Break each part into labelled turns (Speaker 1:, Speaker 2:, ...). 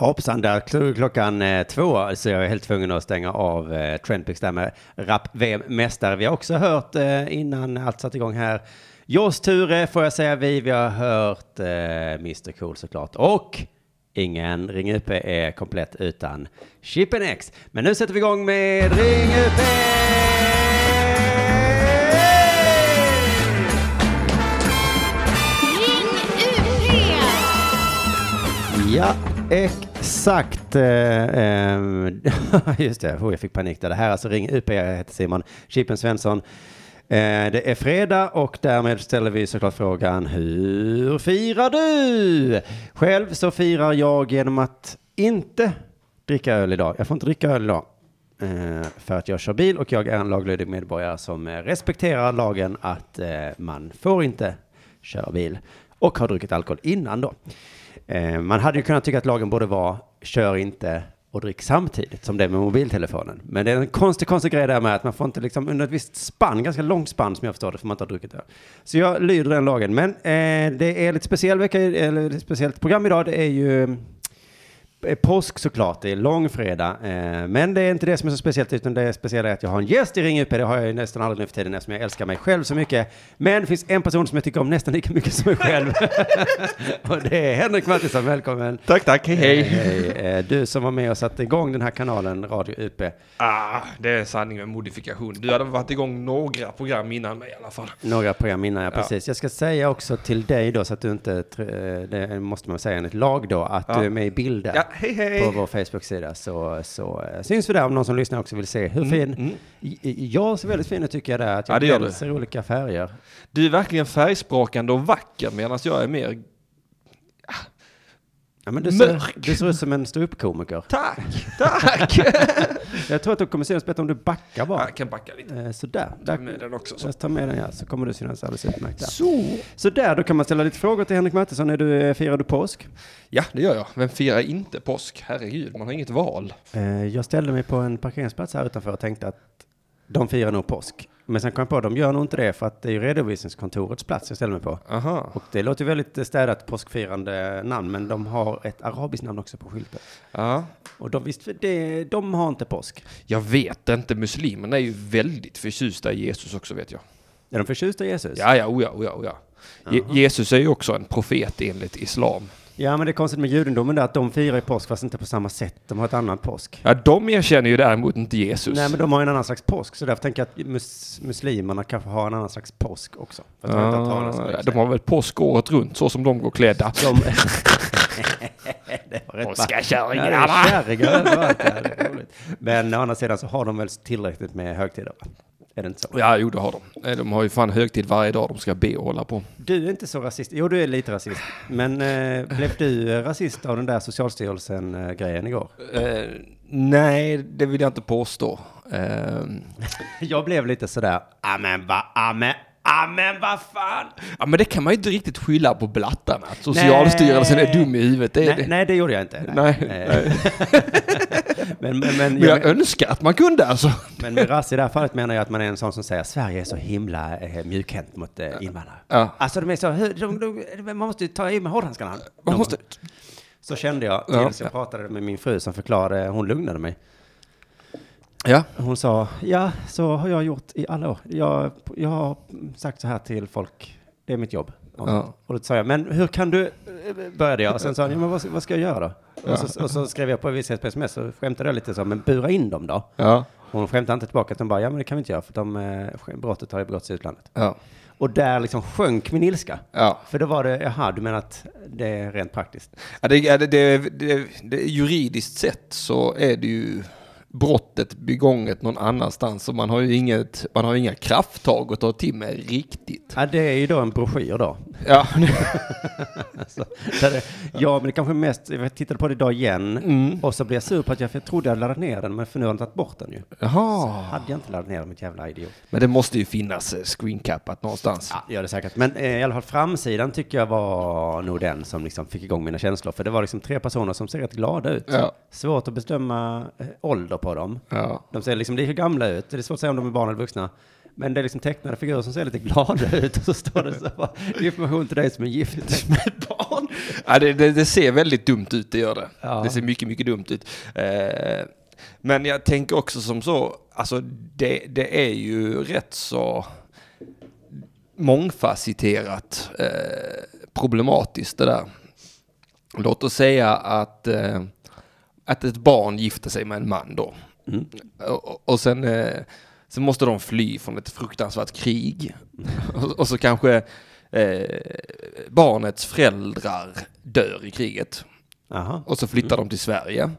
Speaker 1: Hoppsan, där kl- klockan eh, två så jag är helt tvungen att stänga av eh, Trendpix där med rap-VM mästare. Vi har också hört eh, innan allt satt igång här. Jos Ture får jag säga vi. Vi har hört eh, Mr Cool såklart och ingen Ring UP är komplett utan Chippen X. Men nu sätter vi igång med Ring UP!
Speaker 2: Ring UP!
Speaker 1: Ja, exakt. Eh, ehm, Just det, oh, jag fick panik där. Det här är alltså Ring UP, jag heter Simon Chippen Svensson. Eh, Det är fredag och därmed ställer vi såklart frågan hur firar du? Själv så firar jag genom att inte dricka öl idag. Jag får inte dricka öl idag. eh, För att jag kör bil och jag är en laglydig medborgare som eh, respekterar lagen att eh, man får inte köra bil och har druckit alkohol innan då. Eh, Man hade ju kunnat tycka att lagen borde vara kör inte och drick samtidigt som det är med mobiltelefonen. Men det är en konstig, konstig grej där med att man får inte liksom under ett visst spann, ganska långt spann som jag förstår det, får man inte ha druckit öl. Så jag lyder den lagen. Men eh, det är lite speciell vecka, eller lite speciellt program idag. Det är ju eh, påsk såklart, det är långfredag. Eh, men det är inte det som är så speciellt, utan det speciella är att jag har en gäst i Ring UP. Det har jag ju nästan aldrig nu för tiden eftersom jag älskar mig själv så mycket. Men det finns en person som jag tycker om nästan lika mycket som mig själv. och det är Henrik Mattisson, välkommen.
Speaker 3: Tack, tack. Hej, hej.
Speaker 1: Hej, eh, du som var med och satte igång den här kanalen Radio UP.
Speaker 3: Ah, det är en sanning med modifikation. Du hade varit igång några program innan mig i alla fall.
Speaker 1: Några program innan, ja precis. Jag ska säga också till dig då så att du inte, tr- eh, det måste man säga enligt lag då, att
Speaker 3: Ja.
Speaker 1: du är med i bilden
Speaker 3: Ja, hej, hej.
Speaker 1: på vår Facebook-sida. Så, så eh, syns vi där om någon som lyssnar också vill se hur fin. I- i- Jag ser väldigt fin ut tycker jag där, att
Speaker 3: Mm, Ja,
Speaker 1: jag
Speaker 3: det gör du.
Speaker 1: glänser i olika färger.
Speaker 3: Du är verkligen färgsprakande och vacker medan jag är mer...
Speaker 1: Ja, men du, ser,
Speaker 3: Mörk.
Speaker 1: du ser ut som en ståuppkomiker.
Speaker 3: Tack, tack!
Speaker 1: Jag tror att du kommer synas bättre om du backar bara.
Speaker 3: jag kan backa lite
Speaker 1: Eh, Sådär. Där.
Speaker 3: med den också. Så.
Speaker 1: Jag tar med den ja, så kommer du synas alldeles utmärkt där.
Speaker 3: så.
Speaker 1: Så där, då kan man ställa lite frågor till Henrik Mattisson. Är du, eh, firar du påsk?
Speaker 3: Ja, det gör jag. Vem firar inte påsk? Herregud, man har inget val.
Speaker 1: Eh, Jag ställde mig på en parkeringsplats här utanför och tänkte att de firar nog påsk. Men sen kom jag på att de gör nog inte det för att det är ju redovisningskontorets plats jag ställer mig på.
Speaker 3: Aha.
Speaker 1: Och det låter ju väldigt eh, städat påskfirande namn, men de har ett arabiskt namn också på skylten.
Speaker 3: Ja.
Speaker 1: Och de, visst, det, de har inte påsk.
Speaker 3: Jag vet inte, muslimerna är ju väldigt förtjusta i Jesus också vet jag.
Speaker 1: Är de förtjusta i Jesus?
Speaker 3: Ja, ja, oja, oja, oja. Je- Jesus är ju också en profet enligt islam.
Speaker 1: ja, men det är konstigt med judendomen där att de firar ju påsk fast inte på samma sätt. De har ett annat påsk.
Speaker 3: Ja, de erkänner ju däremot inte Jesus.
Speaker 1: Nej, men de har en annan slags påsk, så därför tänker jag att mus- muslimerna kanske har en annan slags påsk också. För att de inte har talat så
Speaker 3: Ja,
Speaker 1: mycket.
Speaker 3: Ah, de har väl påsk året runt så som de går klädda.
Speaker 1: De... det var rätt Ja, det är kärringar överallt. Ja, det är roligt. Men å andra sidan så har de väl tillräckligt med högtider? va? Är det inte så?
Speaker 3: Ja, jo det har de. Nej, De har ju fan högtid varje dag de ska be och hålla på.
Speaker 1: Du är inte så rasist. Jo, du är lite rasist. Men eh, blev du eh, rasist av den där Socialstyrelsen-grejen igår?
Speaker 3: nej, det vill jag inte påstå. Ehm.
Speaker 1: Jag blev lite sådär, ah men vad, ah men, ah men vad fan.
Speaker 3: ja, men det kan man ju inte riktigt skylla på blattarna. Att Socialstyrelsen
Speaker 1: Nej.
Speaker 3: är dum i huvudet. Det är
Speaker 1: nej,
Speaker 3: det.
Speaker 1: nej, det gjorde jag inte.
Speaker 3: Nej,
Speaker 1: Eh, men, men, men,
Speaker 3: Men jag
Speaker 1: jag,
Speaker 3: önskar att man kunde alltså.
Speaker 1: men med rass i det här fallet menar jag att man är en sån som säger Sverige är så himla eh, mjukhänt mot eh, invandrare.
Speaker 3: Ja.
Speaker 1: Alltså de är så, hur- de, de, de, man måste ju ta i med hårdhandskarna.
Speaker 3: Man måste...
Speaker 1: Så kände jag
Speaker 3: Ja.
Speaker 1: tills jag pratade med min fru som förklarade, hon lugnade mig.
Speaker 3: Ja.
Speaker 1: Hon sa, ja så har jag gjort i alla år. Jag, jag har sagt så här till folk, det är mitt jobb. Och,
Speaker 3: Ja.
Speaker 1: och då sa jag, men hur kan du, började jag. Och sen sa hon, ja, men vad, vad ska jag göra då? Och, så, och så skrev jag på vi ses på sms och skämtade jag lite så, men bura in dem då.
Speaker 3: Ja.
Speaker 1: Hon skämtade inte tillbaka, utan bara, ja men det kan vi inte göra för de, eh, brottet har ju begåtts i utlandet.
Speaker 3: Ja.
Speaker 1: Och där liksom sjönk min ilska.
Speaker 3: Ja.
Speaker 1: För då var det, jaha, du menar att det är rent praktiskt?
Speaker 3: Ja, det, ja, det, det, det, det, juridiskt sett så är det ju brottet begånget någon annanstans och man har ju inget, man har inga krafttag att ta till med riktigt.
Speaker 1: Ja, det är ju då en broschyr då.
Speaker 3: Ja,
Speaker 1: Så, där det, ja, men det kanske mest, jag tittade på det idag igen och så blev jag sur på att jag, för jag trodde jag hade laddat ner den, men för nu har jag tagit bort den ju.
Speaker 3: Jaha.
Speaker 1: Hade jag inte laddat ner den, mitt jävla idiot.
Speaker 3: Men det måste ju finnas eh, screencapat någonstans.
Speaker 1: Ja, det gör det säkert. Men eh, i alla fall framsidan tycker jag var nog den som liksom fick igång mina känslor. För det var liksom tre personer som ser rätt glada ut.
Speaker 3: Ja.
Speaker 1: Svårt att bestämma eh, ålder på dem.
Speaker 3: Ja.
Speaker 1: De ser liksom lika gamla ut. Det är svårt att säga om de är barn eller vuxna. Men det är liksom tecknade figurer som ser lite glada ut och så står det så här, information till dig som är gift med ett barn.
Speaker 3: Ja, det, det, det ser väldigt dumt ut, det gör det.
Speaker 1: Ja.
Speaker 3: Det ser mycket, mycket dumt ut. Eh, men jag tänker också som så, alltså det, det är ju rätt så mångfacetterat eh, problematiskt det där. Låt oss säga att, eh, att ett barn gifter sig med en man då. Och, och sen, eh, sen måste de fly från ett fruktansvärt krig. och, och så kanske eh, barnets föräldrar dör i kriget.
Speaker 1: Aha.
Speaker 3: Och så flyttar de till Sverige.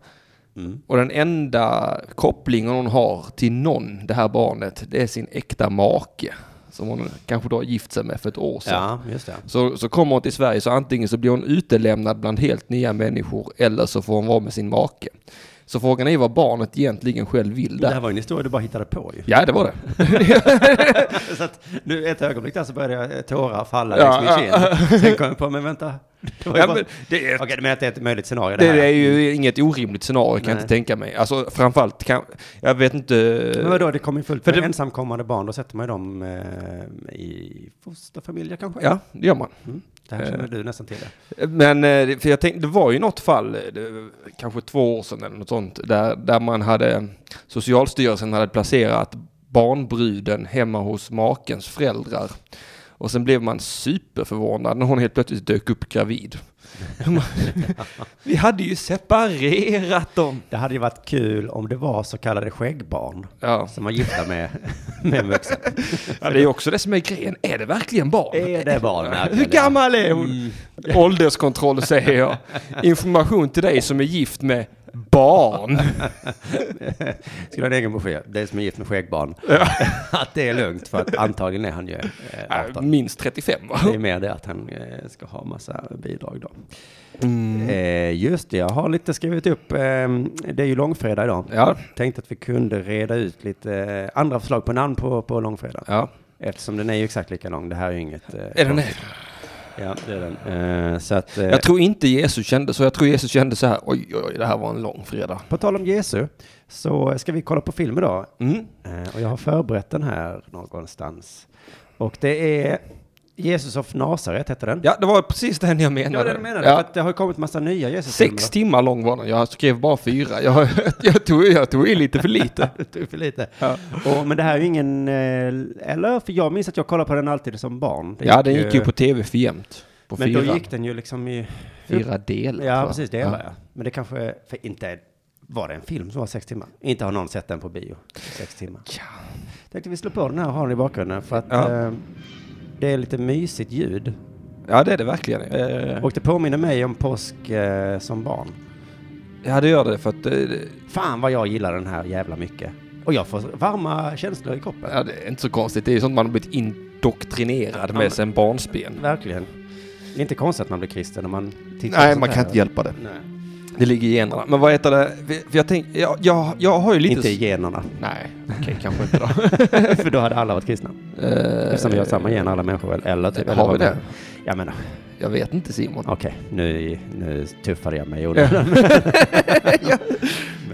Speaker 1: Mm.
Speaker 3: Och den enda kopplingen hon har till någon, det här barnet, det är sin äkta make. Som hon kanske då har gift sig med för ett år sedan.
Speaker 1: Ja, just det.
Speaker 3: Så, så kommer hon till Sverige så antingen så blir hon utelämnad bland helt nya människor eller så får hon vara med sin make. Så frågan är vad barnet egentligen själv vill
Speaker 1: Det
Speaker 3: där.
Speaker 1: här var ju en historia du bara hittade på ju.
Speaker 3: Ja, det var det.
Speaker 1: Så att nu ett ögonblick där så började jag eh, tårar falla
Speaker 3: Ja,
Speaker 1: längs min
Speaker 3: ja.
Speaker 1: kind. Sen kom jag på, men vänta. Det var ju
Speaker 3: Ja,
Speaker 1: bara...
Speaker 3: men det är
Speaker 1: Okej, du menar att det är ett möjligt scenario det
Speaker 3: Det,
Speaker 1: här?
Speaker 3: är ju inget orimligt scenario kan jag
Speaker 1: Nej.
Speaker 3: inte tänka mig. Alltså framförallt kan, jag vet
Speaker 1: Men
Speaker 3: inte.
Speaker 1: vadå, det kommer ju fullt
Speaker 3: För
Speaker 1: med
Speaker 3: det-
Speaker 1: ensamkommande barn, då sätter man ju dem eh, i fosterfamiljer kanske?
Speaker 3: Ja, Eh. det gör man.
Speaker 1: Mm. Det här känner du nästan till. det.
Speaker 3: Men eh, det- för jag tänkte, det var ju något fall, eh, det- kanske två år sedan eller något sånt, där, där man hade, Socialstyrelsen hade placerat barnbruden hemma hos makens föräldrar. Och sen blev man superförvånad när hon helt plötsligt dök upp gravid. Vi hade ju separerat dem.
Speaker 1: Det hade ju varit kul om det var så kallade skäggbarn
Speaker 3: Ja.
Speaker 1: som var gifta med, med en vuxen.
Speaker 3: Ja, det är ju också det som är grejen. Är det verkligen barn?
Speaker 1: Är det Mm. barn?
Speaker 3: Hur gammal är hon? Ålderskontroll säger jag. Information till dig som är gift med barn.
Speaker 1: Skulle ha en egen broschyr. Det som är gift med skäggbarn. att det är lugnt för att antagligen är han ju eh,
Speaker 3: Ja,
Speaker 1: 18.
Speaker 3: Äh, Minst 35 va?
Speaker 1: Det är mer det att han eh, ska ha massa bidrag då. Eh, just det, jag har lite skrivit upp. Eh, det är ju långfredag idag.
Speaker 3: Ja.
Speaker 1: Tänkte att vi kunde reda ut lite eh, andra förslag på namn på, på långfredag.
Speaker 3: ja.
Speaker 1: Eftersom den är ju exakt lika lång. Det här är ju inget... eh,
Speaker 3: Är den det?
Speaker 1: konstigt. Ja, det är den. Eh, så att, eh,
Speaker 3: Jag tror inte Jesus kände så. Jag tror Jesus kände så här. Oj, oj, oj, det här var en lång fredag.
Speaker 1: På tal om Jesu, så ska vi kolla på film idag.
Speaker 3: Mm.
Speaker 1: Eh, Och jag har förberett den här någonstans. Och det är Jesus of Nazaret heter den.
Speaker 3: Ja, det var precis den jag menade.
Speaker 1: Ja, det menade
Speaker 3: Ja.
Speaker 1: jag. För att det har ju kommit massa nya Jesus-filmer.
Speaker 3: Sex timmar lång var den. Jag skrev bara fyra. Jag, jag, tog, jag tog i lite för lite.
Speaker 1: Typ för lite.
Speaker 3: Ja.
Speaker 1: Och, men det här är ju ingen... eh, Eller? För jag minns att jag kollade på den alltid som barn. Det
Speaker 3: Ja, den gick ju på tv för jämt. På
Speaker 1: Men
Speaker 3: fyra,
Speaker 1: då gick den ju liksom i...
Speaker 3: fyra delar. tror
Speaker 1: Ja,
Speaker 3: jag.
Speaker 1: precis. Det var jag. Men det kanske... För inte var det en film som var sex timmar. Inte har någon sett den på bio. Sex timmar.
Speaker 3: Ja.
Speaker 1: Tänkte vi slå på den här och ha den i bakgrunden. För att
Speaker 3: Ja.
Speaker 1: eh, det är lite mysigt ljud.
Speaker 3: Ja, det är det verkligen. Eh,
Speaker 1: Och det påminner mig om påsk eh, som barn.
Speaker 3: ja, det gör det för att eh,
Speaker 1: Fan vad jag gillar den här jävla mycket. Och jag får varma känslor i kroppen.
Speaker 3: ja, det är inte så konstigt. Det är ju sånt man har blivit indoktrinerad
Speaker 1: men-
Speaker 3: med sen barnsben.
Speaker 1: Verkligen. Det är inte konstigt att man blir kristen när man tittar på
Speaker 3: Nej,
Speaker 1: sånt
Speaker 3: man kan
Speaker 1: här.
Speaker 3: inte hjälpa det.
Speaker 1: Nej.
Speaker 3: Det ligger i generna. Men vad heter det? För jag, tänk, jag, jag, jag har ju lite...
Speaker 1: Inte i generna.
Speaker 3: Nej, okej, kanske inte då.
Speaker 1: För då hade alla varit kristna.
Speaker 3: Eh,
Speaker 1: Eftersom vi har samma gener alla människor väl? Eller typ.
Speaker 3: Har
Speaker 1: eller vad
Speaker 3: vi
Speaker 1: man-
Speaker 3: det?
Speaker 1: Jag menar,
Speaker 3: Jag vet inte Simon.
Speaker 1: okej. nu, nu tuffade jag mig i
Speaker 3: Ja.
Speaker 1: onödan.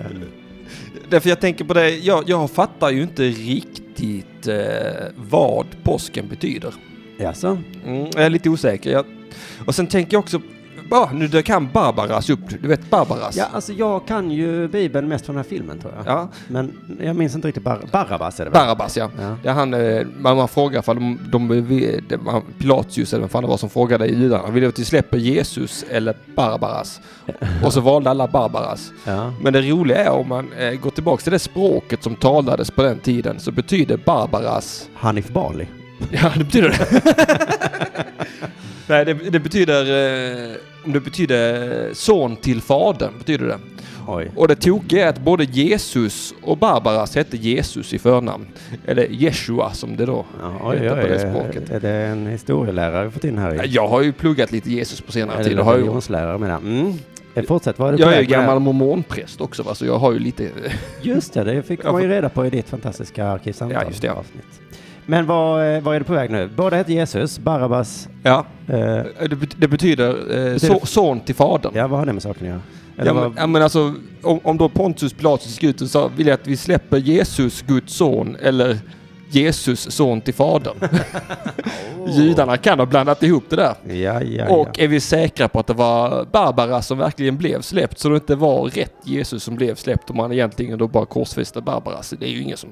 Speaker 3: Därför jag tänker på det, jag, jag fattar ju inte riktigt eh, vad påsken betyder.
Speaker 1: Jaså?
Speaker 3: Mm, jag är lite osäker. Jag, och sen tänker jag också, ah, nu dök han Barbaras upp. Du vet Barbaras?
Speaker 1: Ja, alltså jag kan ju Bibeln mest från den här filmen tror jag.
Speaker 3: ja.
Speaker 1: Men jag minns inte riktigt. Bar- Barabbas är det väl?
Speaker 3: Barabbas ja.
Speaker 1: Ja.
Speaker 3: Det är han, eh, man, man frågar ifall de, de, det var Pilatius eller vem fan det var som frågade judarna. Vill du att vi släpper Jesus eller Barbaras? Och så valde alla Barbaras.
Speaker 1: ja.
Speaker 3: Men det roliga är om man eh, går tillbaka till det språket som talades på den tiden så betyder Barbaras...
Speaker 1: Hanif Bali.
Speaker 3: Ja, det betyder det. Nej, det, det betyder... Eh, om det betyder eh, son till fadern, betyder det.
Speaker 1: Oj.
Speaker 3: Och det tokiga är att både Jesus och Barbaras hette Jesus i förnamn. Eller Jeshua som det då
Speaker 1: Ja, oj,
Speaker 3: heter
Speaker 1: oj,
Speaker 3: på det
Speaker 1: oj.
Speaker 3: språket.
Speaker 1: Är det en historielärare vi fått in här? I?
Speaker 3: Jag har ju pluggat lite Jesus på senare tid.
Speaker 1: Eller
Speaker 3: Det har jag, gjort.
Speaker 1: religionslärare menar jag. Mm. Eh, Fortsätt, vad är det
Speaker 3: jag
Speaker 1: på
Speaker 3: är ju
Speaker 1: väg med
Speaker 3: gammal mormonpräst också va, så jag har ju lite...
Speaker 1: det? Just det, det fick
Speaker 3: Ja,
Speaker 1: man ju reda på i ditt fantastiska arkivsamtal.
Speaker 3: Ja, just det.
Speaker 1: Avsnitt. Men vad, eh, vad är det på väg nu? Båda heter Jesus, Barabbas.
Speaker 3: Ja,
Speaker 1: Eh,
Speaker 3: det, bet- det betyder, eh, so, son till fadern.
Speaker 1: ja, vad har det med saken att göra? Eller
Speaker 3: Ja men,
Speaker 1: vad,
Speaker 3: ja men alltså, om, om då Pontius Pilatus gick ut och sa vill jag att vi släpper Jesus, Guds son, eller Jesus son till fadern. Judarna kan ha blandat ihop det där.
Speaker 1: Ja, ja,
Speaker 3: eh, Och
Speaker 1: ja.
Speaker 3: är vi säkra på att det var Barbara som verkligen blev släppt så det inte var rätt Jesus som blev släppt om man egentligen då bara korsfäste Barbara. Så det är ju ingen som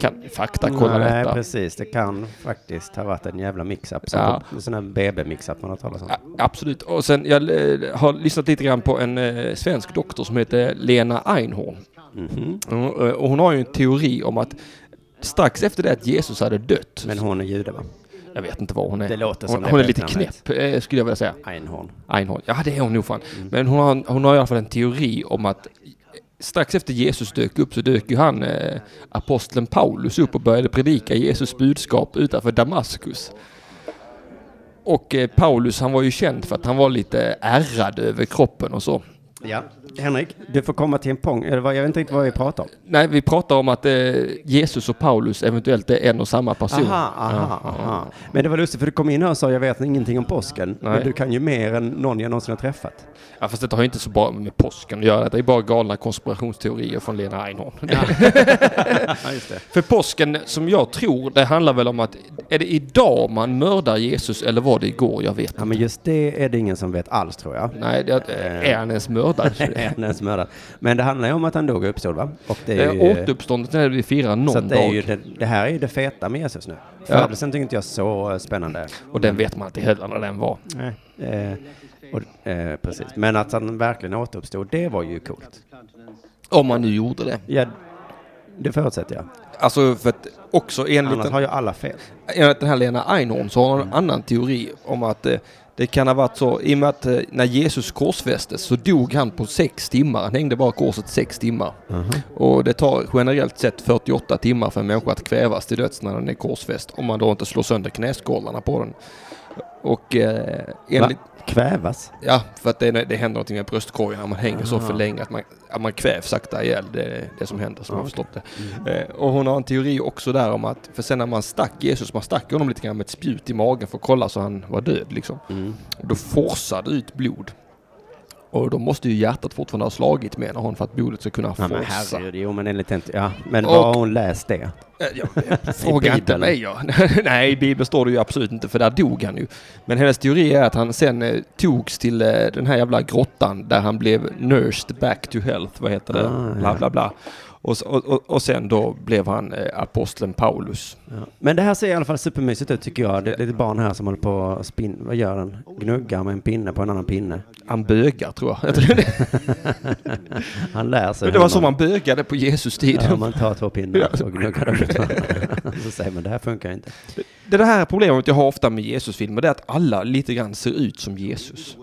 Speaker 3: kan faktakolla
Speaker 1: Nej,
Speaker 3: detta.
Speaker 1: precis. Det kan faktiskt ha varit en jävla mix-up. Som
Speaker 3: Ja.
Speaker 1: En sån här BB-mix-up man har talat om.
Speaker 3: Ja, absolut. Och sen, jag eh, har lyssnat lite grann på en eh, svensk doktor som heter Lena Einhorn.
Speaker 1: Mhm.
Speaker 3: Mm, eh, Och hon har ju en teori om att strax efter det att Jesus hade dött.
Speaker 1: Men hon är jude, va?
Speaker 3: jag vet inte vad hon är.
Speaker 1: Det låter som
Speaker 3: hon,
Speaker 1: det
Speaker 3: hon är lite
Speaker 1: efternamnet.
Speaker 3: knäpp eh, skulle jag vilja säga.
Speaker 1: Einhorn.
Speaker 3: Einhorn. Ja, det är hon nog fan.
Speaker 1: Mm.
Speaker 3: Men hon har, hon har i alla fall en teori om att strax efter Jesus dök upp så dök ju han, eh, aposteln Paulus, upp och började predika Jesus budskap utanför Damaskus. Och eh, Paulus, han var ju känd för att han var lite ärrad över kroppen och så.
Speaker 1: Ja. Henrik, du får komma till en pong. Eller vad, jag vet inte riktigt vad vi pratar om.
Speaker 3: Nej, vi pratar om att eh, Jesus och Paulus eventuellt är en och samma person.
Speaker 1: Aha, aha,
Speaker 3: Ja,
Speaker 1: aha. Men det var lustigt för du kom in här och sa jag vet ingenting om påsken. Men
Speaker 3: Nej.
Speaker 1: du kan ju mer än någon jag någonsin har träffat.
Speaker 3: Ja, fast det har ju inte så bra med påsken att göra. Det är bara galna konspirationsteorier från Lena Einhorn. För påsken, som jag tror, det handlar väl om att är det idag man mördar Jesus eller var det igår? Jag vet
Speaker 1: Ja,
Speaker 3: inte.
Speaker 1: men just det är det ingen som vet alls tror jag.
Speaker 3: Nej, det,
Speaker 1: Eh.
Speaker 3: är han ens mördad?
Speaker 1: Än ens mördad. Men det handlar ju om att han dog och uppstod va? Och det är
Speaker 3: Eh,
Speaker 1: ju,
Speaker 3: Återuppståndet är det vi firar någon
Speaker 1: så att det, är
Speaker 3: dag.
Speaker 1: ju det, det här är ju det feta med Jesus nu. Födelsen tycker inte jag är så eh, spännande.
Speaker 3: Och den vet man inte heller när den var.
Speaker 1: Eh, och, eh, precis. Men att han verkligen återuppstod, det var ju coolt.
Speaker 3: Om man nu gjorde det.
Speaker 1: Ja, det förutsätter jag.
Speaker 3: Alltså, för att också enligt
Speaker 1: Annars
Speaker 3: den,
Speaker 1: har Mm. ju alla fel.
Speaker 3: enligt den här Lena Einhorn så har hon en annan teori om att eh, det kan ha varit så, i och med att eh, när Jesus korsfästes så dog han på sex timmar. Han hängde bara korset sex timmar.
Speaker 1: Mhm.
Speaker 3: Och det tar generellt sett 48 timmar för en människa att kvävas till döds när den är korsfäst. Om man då inte slår sönder knäskålarna på den. Och eh,
Speaker 1: Va?
Speaker 3: enligt...
Speaker 1: Kvävas?
Speaker 3: Ja, för att det, det händer någonting med bröstkorgen när man hänger så för länge att man, att man kvävs sakta ihjäl. Det är det som händer som jag har förstått det.
Speaker 1: Mm.
Speaker 3: Eh, och hon har en teori också där om att, för sen när man stack Jesus, man stack honom lite grann med ett spjut i magen för att kolla så han var död liksom.
Speaker 1: Mm.
Speaker 3: Och då forsade ut blod. Och då måste ju hjärtat fortfarande ha slagit med hon för att blodet ska kunna
Speaker 1: Ja, men
Speaker 3: forsa.
Speaker 1: herregud, jo men enligt inte, ja. Men var har
Speaker 3: Och-
Speaker 1: hon läst det?
Speaker 3: Eh, ja, Fråga inte
Speaker 1: Bibeln.
Speaker 3: mig. Ja. Nej, i Bibeln står det ju absolut inte för där dog han ju. Men hennes teori är att han sen eh, togs till eh, den här jävla grottan där han blev nursed back to health, vad heter det?
Speaker 1: Ah,
Speaker 3: bla bla bla. Och, s- och, och, och sen då blev han eh, aposteln Paulus.
Speaker 1: Ja. Men det här ser i alla fall supermysigt ut tycker jag. Det är ett barn här som håller på att spinna, vad gör den? Gnuggar med en pinne på en annan pinne.
Speaker 3: Han bögar tror jag. jag. tror det.
Speaker 1: Han lär sig
Speaker 3: Men det var
Speaker 1: hur
Speaker 3: så man bögade på Jesus tid.
Speaker 1: Ja, man tar två pinnar och gnuggar dem mot varandra. Så säger man det här funkar inte.
Speaker 3: Det det här problemet jag har ofta med Jesusfilmer det är att alla lite grann ser ut som Jesus.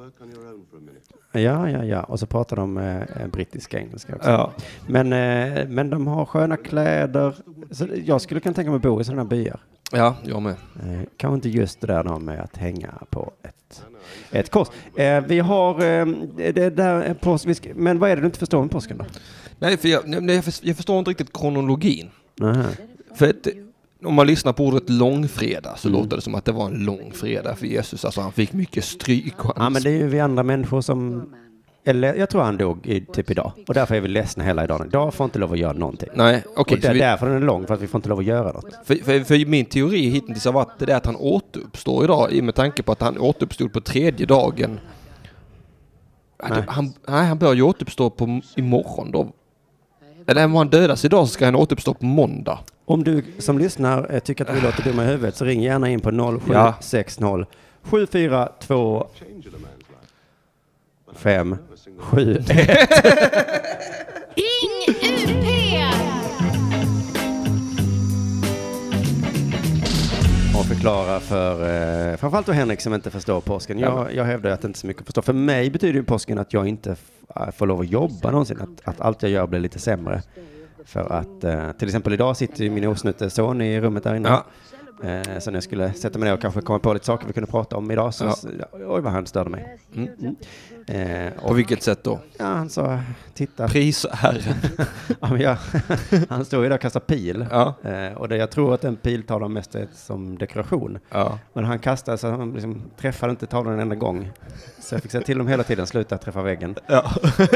Speaker 1: Ja, ja, ja. Och så pratar de eh, brittiska engelska också.
Speaker 3: Ja.
Speaker 1: Men, eh, men de har sköna kläder. Så jag skulle kunna tänka mig att bo i sådana byar.
Speaker 3: ja, jag med.
Speaker 1: Eh, kanske inte just det där då med att hänga på ett, ett kors. Eh, vi har eh, det det där är påsk, vi ska, men vad är det du inte förstår med påsken då?
Speaker 3: Nej, för jag, nej, jag förs- jag förstår inte riktigt kronologin.
Speaker 1: Nähä.
Speaker 3: För att, om man lyssnar på ordet långfredag
Speaker 1: Mm.
Speaker 3: så låter det som att det var en lång fredag för Jesus. Alltså han fick mycket stryk. Och
Speaker 1: Ja,
Speaker 3: han,
Speaker 1: men det är ju vi andra människor som... Eller jag tror han dog i, typ idag. Och därför är vi ledsna hela dagen. Idag får inte lov att göra någonting.
Speaker 3: Nej, okej.
Speaker 1: och det är
Speaker 3: så vi-
Speaker 1: därför den är lång, för att vi får inte lov att göra något.
Speaker 3: för, för, för min teori hittills har varit det där att han återuppstår idag i med tanke på att han återuppstod på tredje dagen. Ja, det-
Speaker 1: Nej.
Speaker 3: Han, nej, han bör ju återuppstå på m- imorgon då. Eller om han dödas idag så ska han återuppstå på måndag.
Speaker 1: Om du som lyssnar eh, tycker att vi låter dumma i huvudet så ring gärna in på 0760 742 5 7
Speaker 2: Ring UP!
Speaker 1: och förklara för eh, framförallt då Henrik som inte förstår påsken. Jag, jag hävdar att det inte är så mycket att förstå. För mig betyder ju påsken att jag inte f- äh, får lov att jobba någonsin. Att, att allt jag gör blir lite sämre. För att eh, till exempel idag sitter ju min osnutte son i rummet där inne.
Speaker 3: Ja.
Speaker 1: Eh, så när jag skulle sätta mig ner och kanske komma på lite saker vi kunde prata om idag så, så oj vad han störde mig. Eh, och,
Speaker 3: På vilket sätt då?
Speaker 1: ja, han sa, titta,
Speaker 3: Pris herren.
Speaker 1: ja, men jag, han står ju där och kastar pil.
Speaker 3: Ja.
Speaker 1: Eh, och det, jag tror att den pil talar mest som dekoration.
Speaker 3: Ja.
Speaker 1: Men han kastade så han liksom träffade inte tavlan en enda gång. Så jag fick säga till dem hela tiden, sluta träffa väggen.
Speaker 3: ja.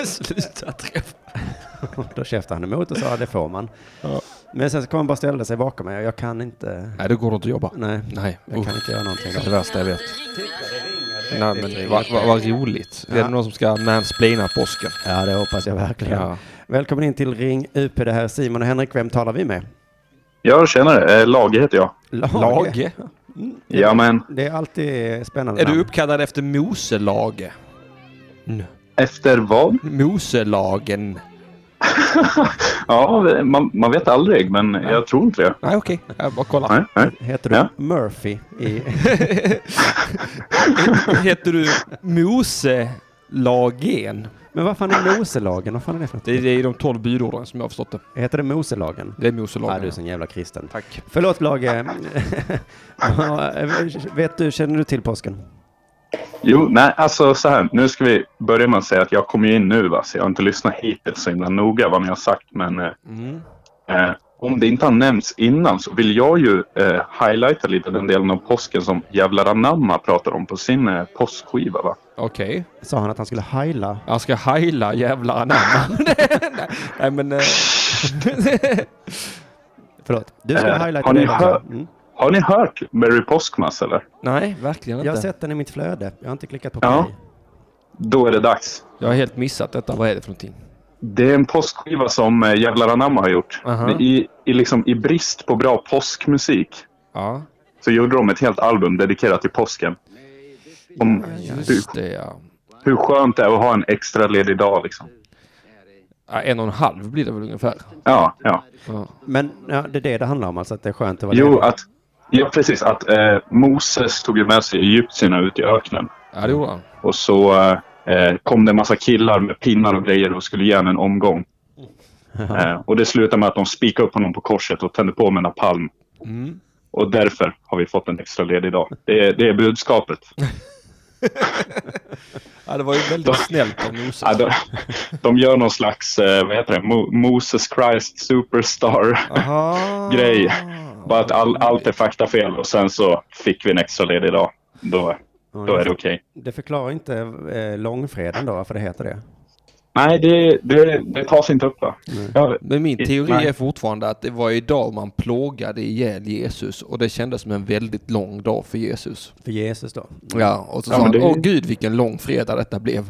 Speaker 3: Sluta träffa.
Speaker 1: Då käftade han emot och sa, det får man. Men sen så kom han bara ställa sig bakom mig och jag kan inte.
Speaker 3: Nej, det går inte att jobba.
Speaker 1: Nej,
Speaker 3: Nej,
Speaker 1: jag kan
Speaker 3: usch.
Speaker 1: inte göra någonting.
Speaker 3: Det är
Speaker 1: Då.
Speaker 3: det värsta jag vet. Nej, men vad vad- vad roligt. Är
Speaker 1: Ja.
Speaker 3: det någon som ska mansplaina påsken?
Speaker 1: Ja, det hoppas jag verkligen.
Speaker 3: Ja.
Speaker 1: Välkommen in till Ring UP. Det här är Simon och Henrik. Vem talar vi med?
Speaker 4: Ja, tjenare. Eh, Lage heter jag.
Speaker 3: Lage?
Speaker 4: Ja, men
Speaker 1: Det är alltid spännande.
Speaker 3: Är du
Speaker 1: namn.
Speaker 3: uppkallad efter Moselage?
Speaker 4: efter vad?
Speaker 3: Moselagen?
Speaker 4: Ja, man, man vet aldrig, men jag tror inte det.
Speaker 3: Nej, okej. Jag bara kollar.
Speaker 4: Nej, nej.
Speaker 1: Heter du
Speaker 4: Ja.
Speaker 1: Murphy? I...
Speaker 3: Heter du Moselagen?
Speaker 1: Men vad fan är Moselagen? Vad fan är det för något?
Speaker 3: Det är, det är de tolv budorden som jag har förstått det.
Speaker 1: Heter det Moselagen?
Speaker 3: Det är
Speaker 1: Ja,
Speaker 3: Moselagen.
Speaker 1: du är sån jävla kristen.
Speaker 3: Tack.
Speaker 1: Förlåt Lage. Ja, eh, Vet du, känner du till påsken?
Speaker 4: Jo, nej, alltså så här. Nu ska vi börja med att säga att jag kommer ju in nu, va? så jag har inte lyssnat hittills så himla noga vad ni har sagt. Men eh,
Speaker 3: Mm.
Speaker 4: eh, om det inte har nämnts innan så vill jag ju eh, highlighta lite den delen av påsken som Jävlar anamma pratar om på sin eh, påskskiva. Va?
Speaker 3: Okej.
Speaker 1: Sa han att han skulle heila?
Speaker 3: Jag ska heila jävla anamma. nej, nej, men... eh,
Speaker 1: Förlåt. Du skulle
Speaker 4: Eh,
Speaker 1: highlighta
Speaker 4: har ni
Speaker 1: det också.
Speaker 4: hört-
Speaker 1: Mm.
Speaker 4: Har ni hört Merry Påskmass eller?
Speaker 3: nej, verkligen inte.
Speaker 1: Jag har sett den i mitt flöde. Jag har inte klickat på
Speaker 4: Ja.
Speaker 1: play.
Speaker 4: Då är det dags.
Speaker 3: Jag har helt missat detta. Vad är det för någonting?
Speaker 4: Det är en påskskiva som eh, Jävlar anamma har gjort.
Speaker 3: Aha.
Speaker 4: I, i, liksom, I brist på bra påskmusik
Speaker 3: Ja,
Speaker 4: så gjorde de ett helt album dedikerat till påsken. Om hur,
Speaker 3: just det ja.
Speaker 4: hur skönt det är att ha en extra ledig dag. Liksom.
Speaker 3: Ja, En och en halv blir det väl ungefär.
Speaker 4: Ja, ja.
Speaker 3: Ja.
Speaker 1: Men ja, det är det det handlar om alltså, att det är skönt att vara
Speaker 4: Jo,
Speaker 1: ledig.
Speaker 4: att, ja, precis. Att eh, Moses tog ju med sig egyptierna ut i öknen.
Speaker 3: Ja, det gjorde han.
Speaker 4: Och så eh, kom det en massa killar med pinnar och grejer och skulle ge honom en omgång. Eh, och det slutade med att de spikade upp honom på korset och tände på med napalm.
Speaker 3: Mm.
Speaker 4: Och därför har vi fått en extra ledig dag. Det är, det är budskapet.
Speaker 3: Ja, det var ju väldigt snällt av Moses.
Speaker 4: Ja, de, de gör någon slags, eh, vad heter det, Mo- Moses Christ Superstar.
Speaker 1: Ah.
Speaker 3: Aha.
Speaker 4: grej. Bara att all, allt är faktafel och sen så fick vi en extra ledig dag. Då, då är det okej.
Speaker 1: Det förklarar inte eh, långfreden då, varför det heter det.
Speaker 4: Nej, det, det, det tas inte upp va? Ja,
Speaker 3: Men min teori
Speaker 4: Nej.
Speaker 3: är fortfarande att det var idag man plågade ihjäl Jesus och det kändes som en väldigt lång dag för Jesus.
Speaker 1: För Jesus då.
Speaker 3: Ja, och så
Speaker 4: Ja,
Speaker 3: sa han,
Speaker 4: men det-
Speaker 3: åh gud vilken lång fredag detta blev.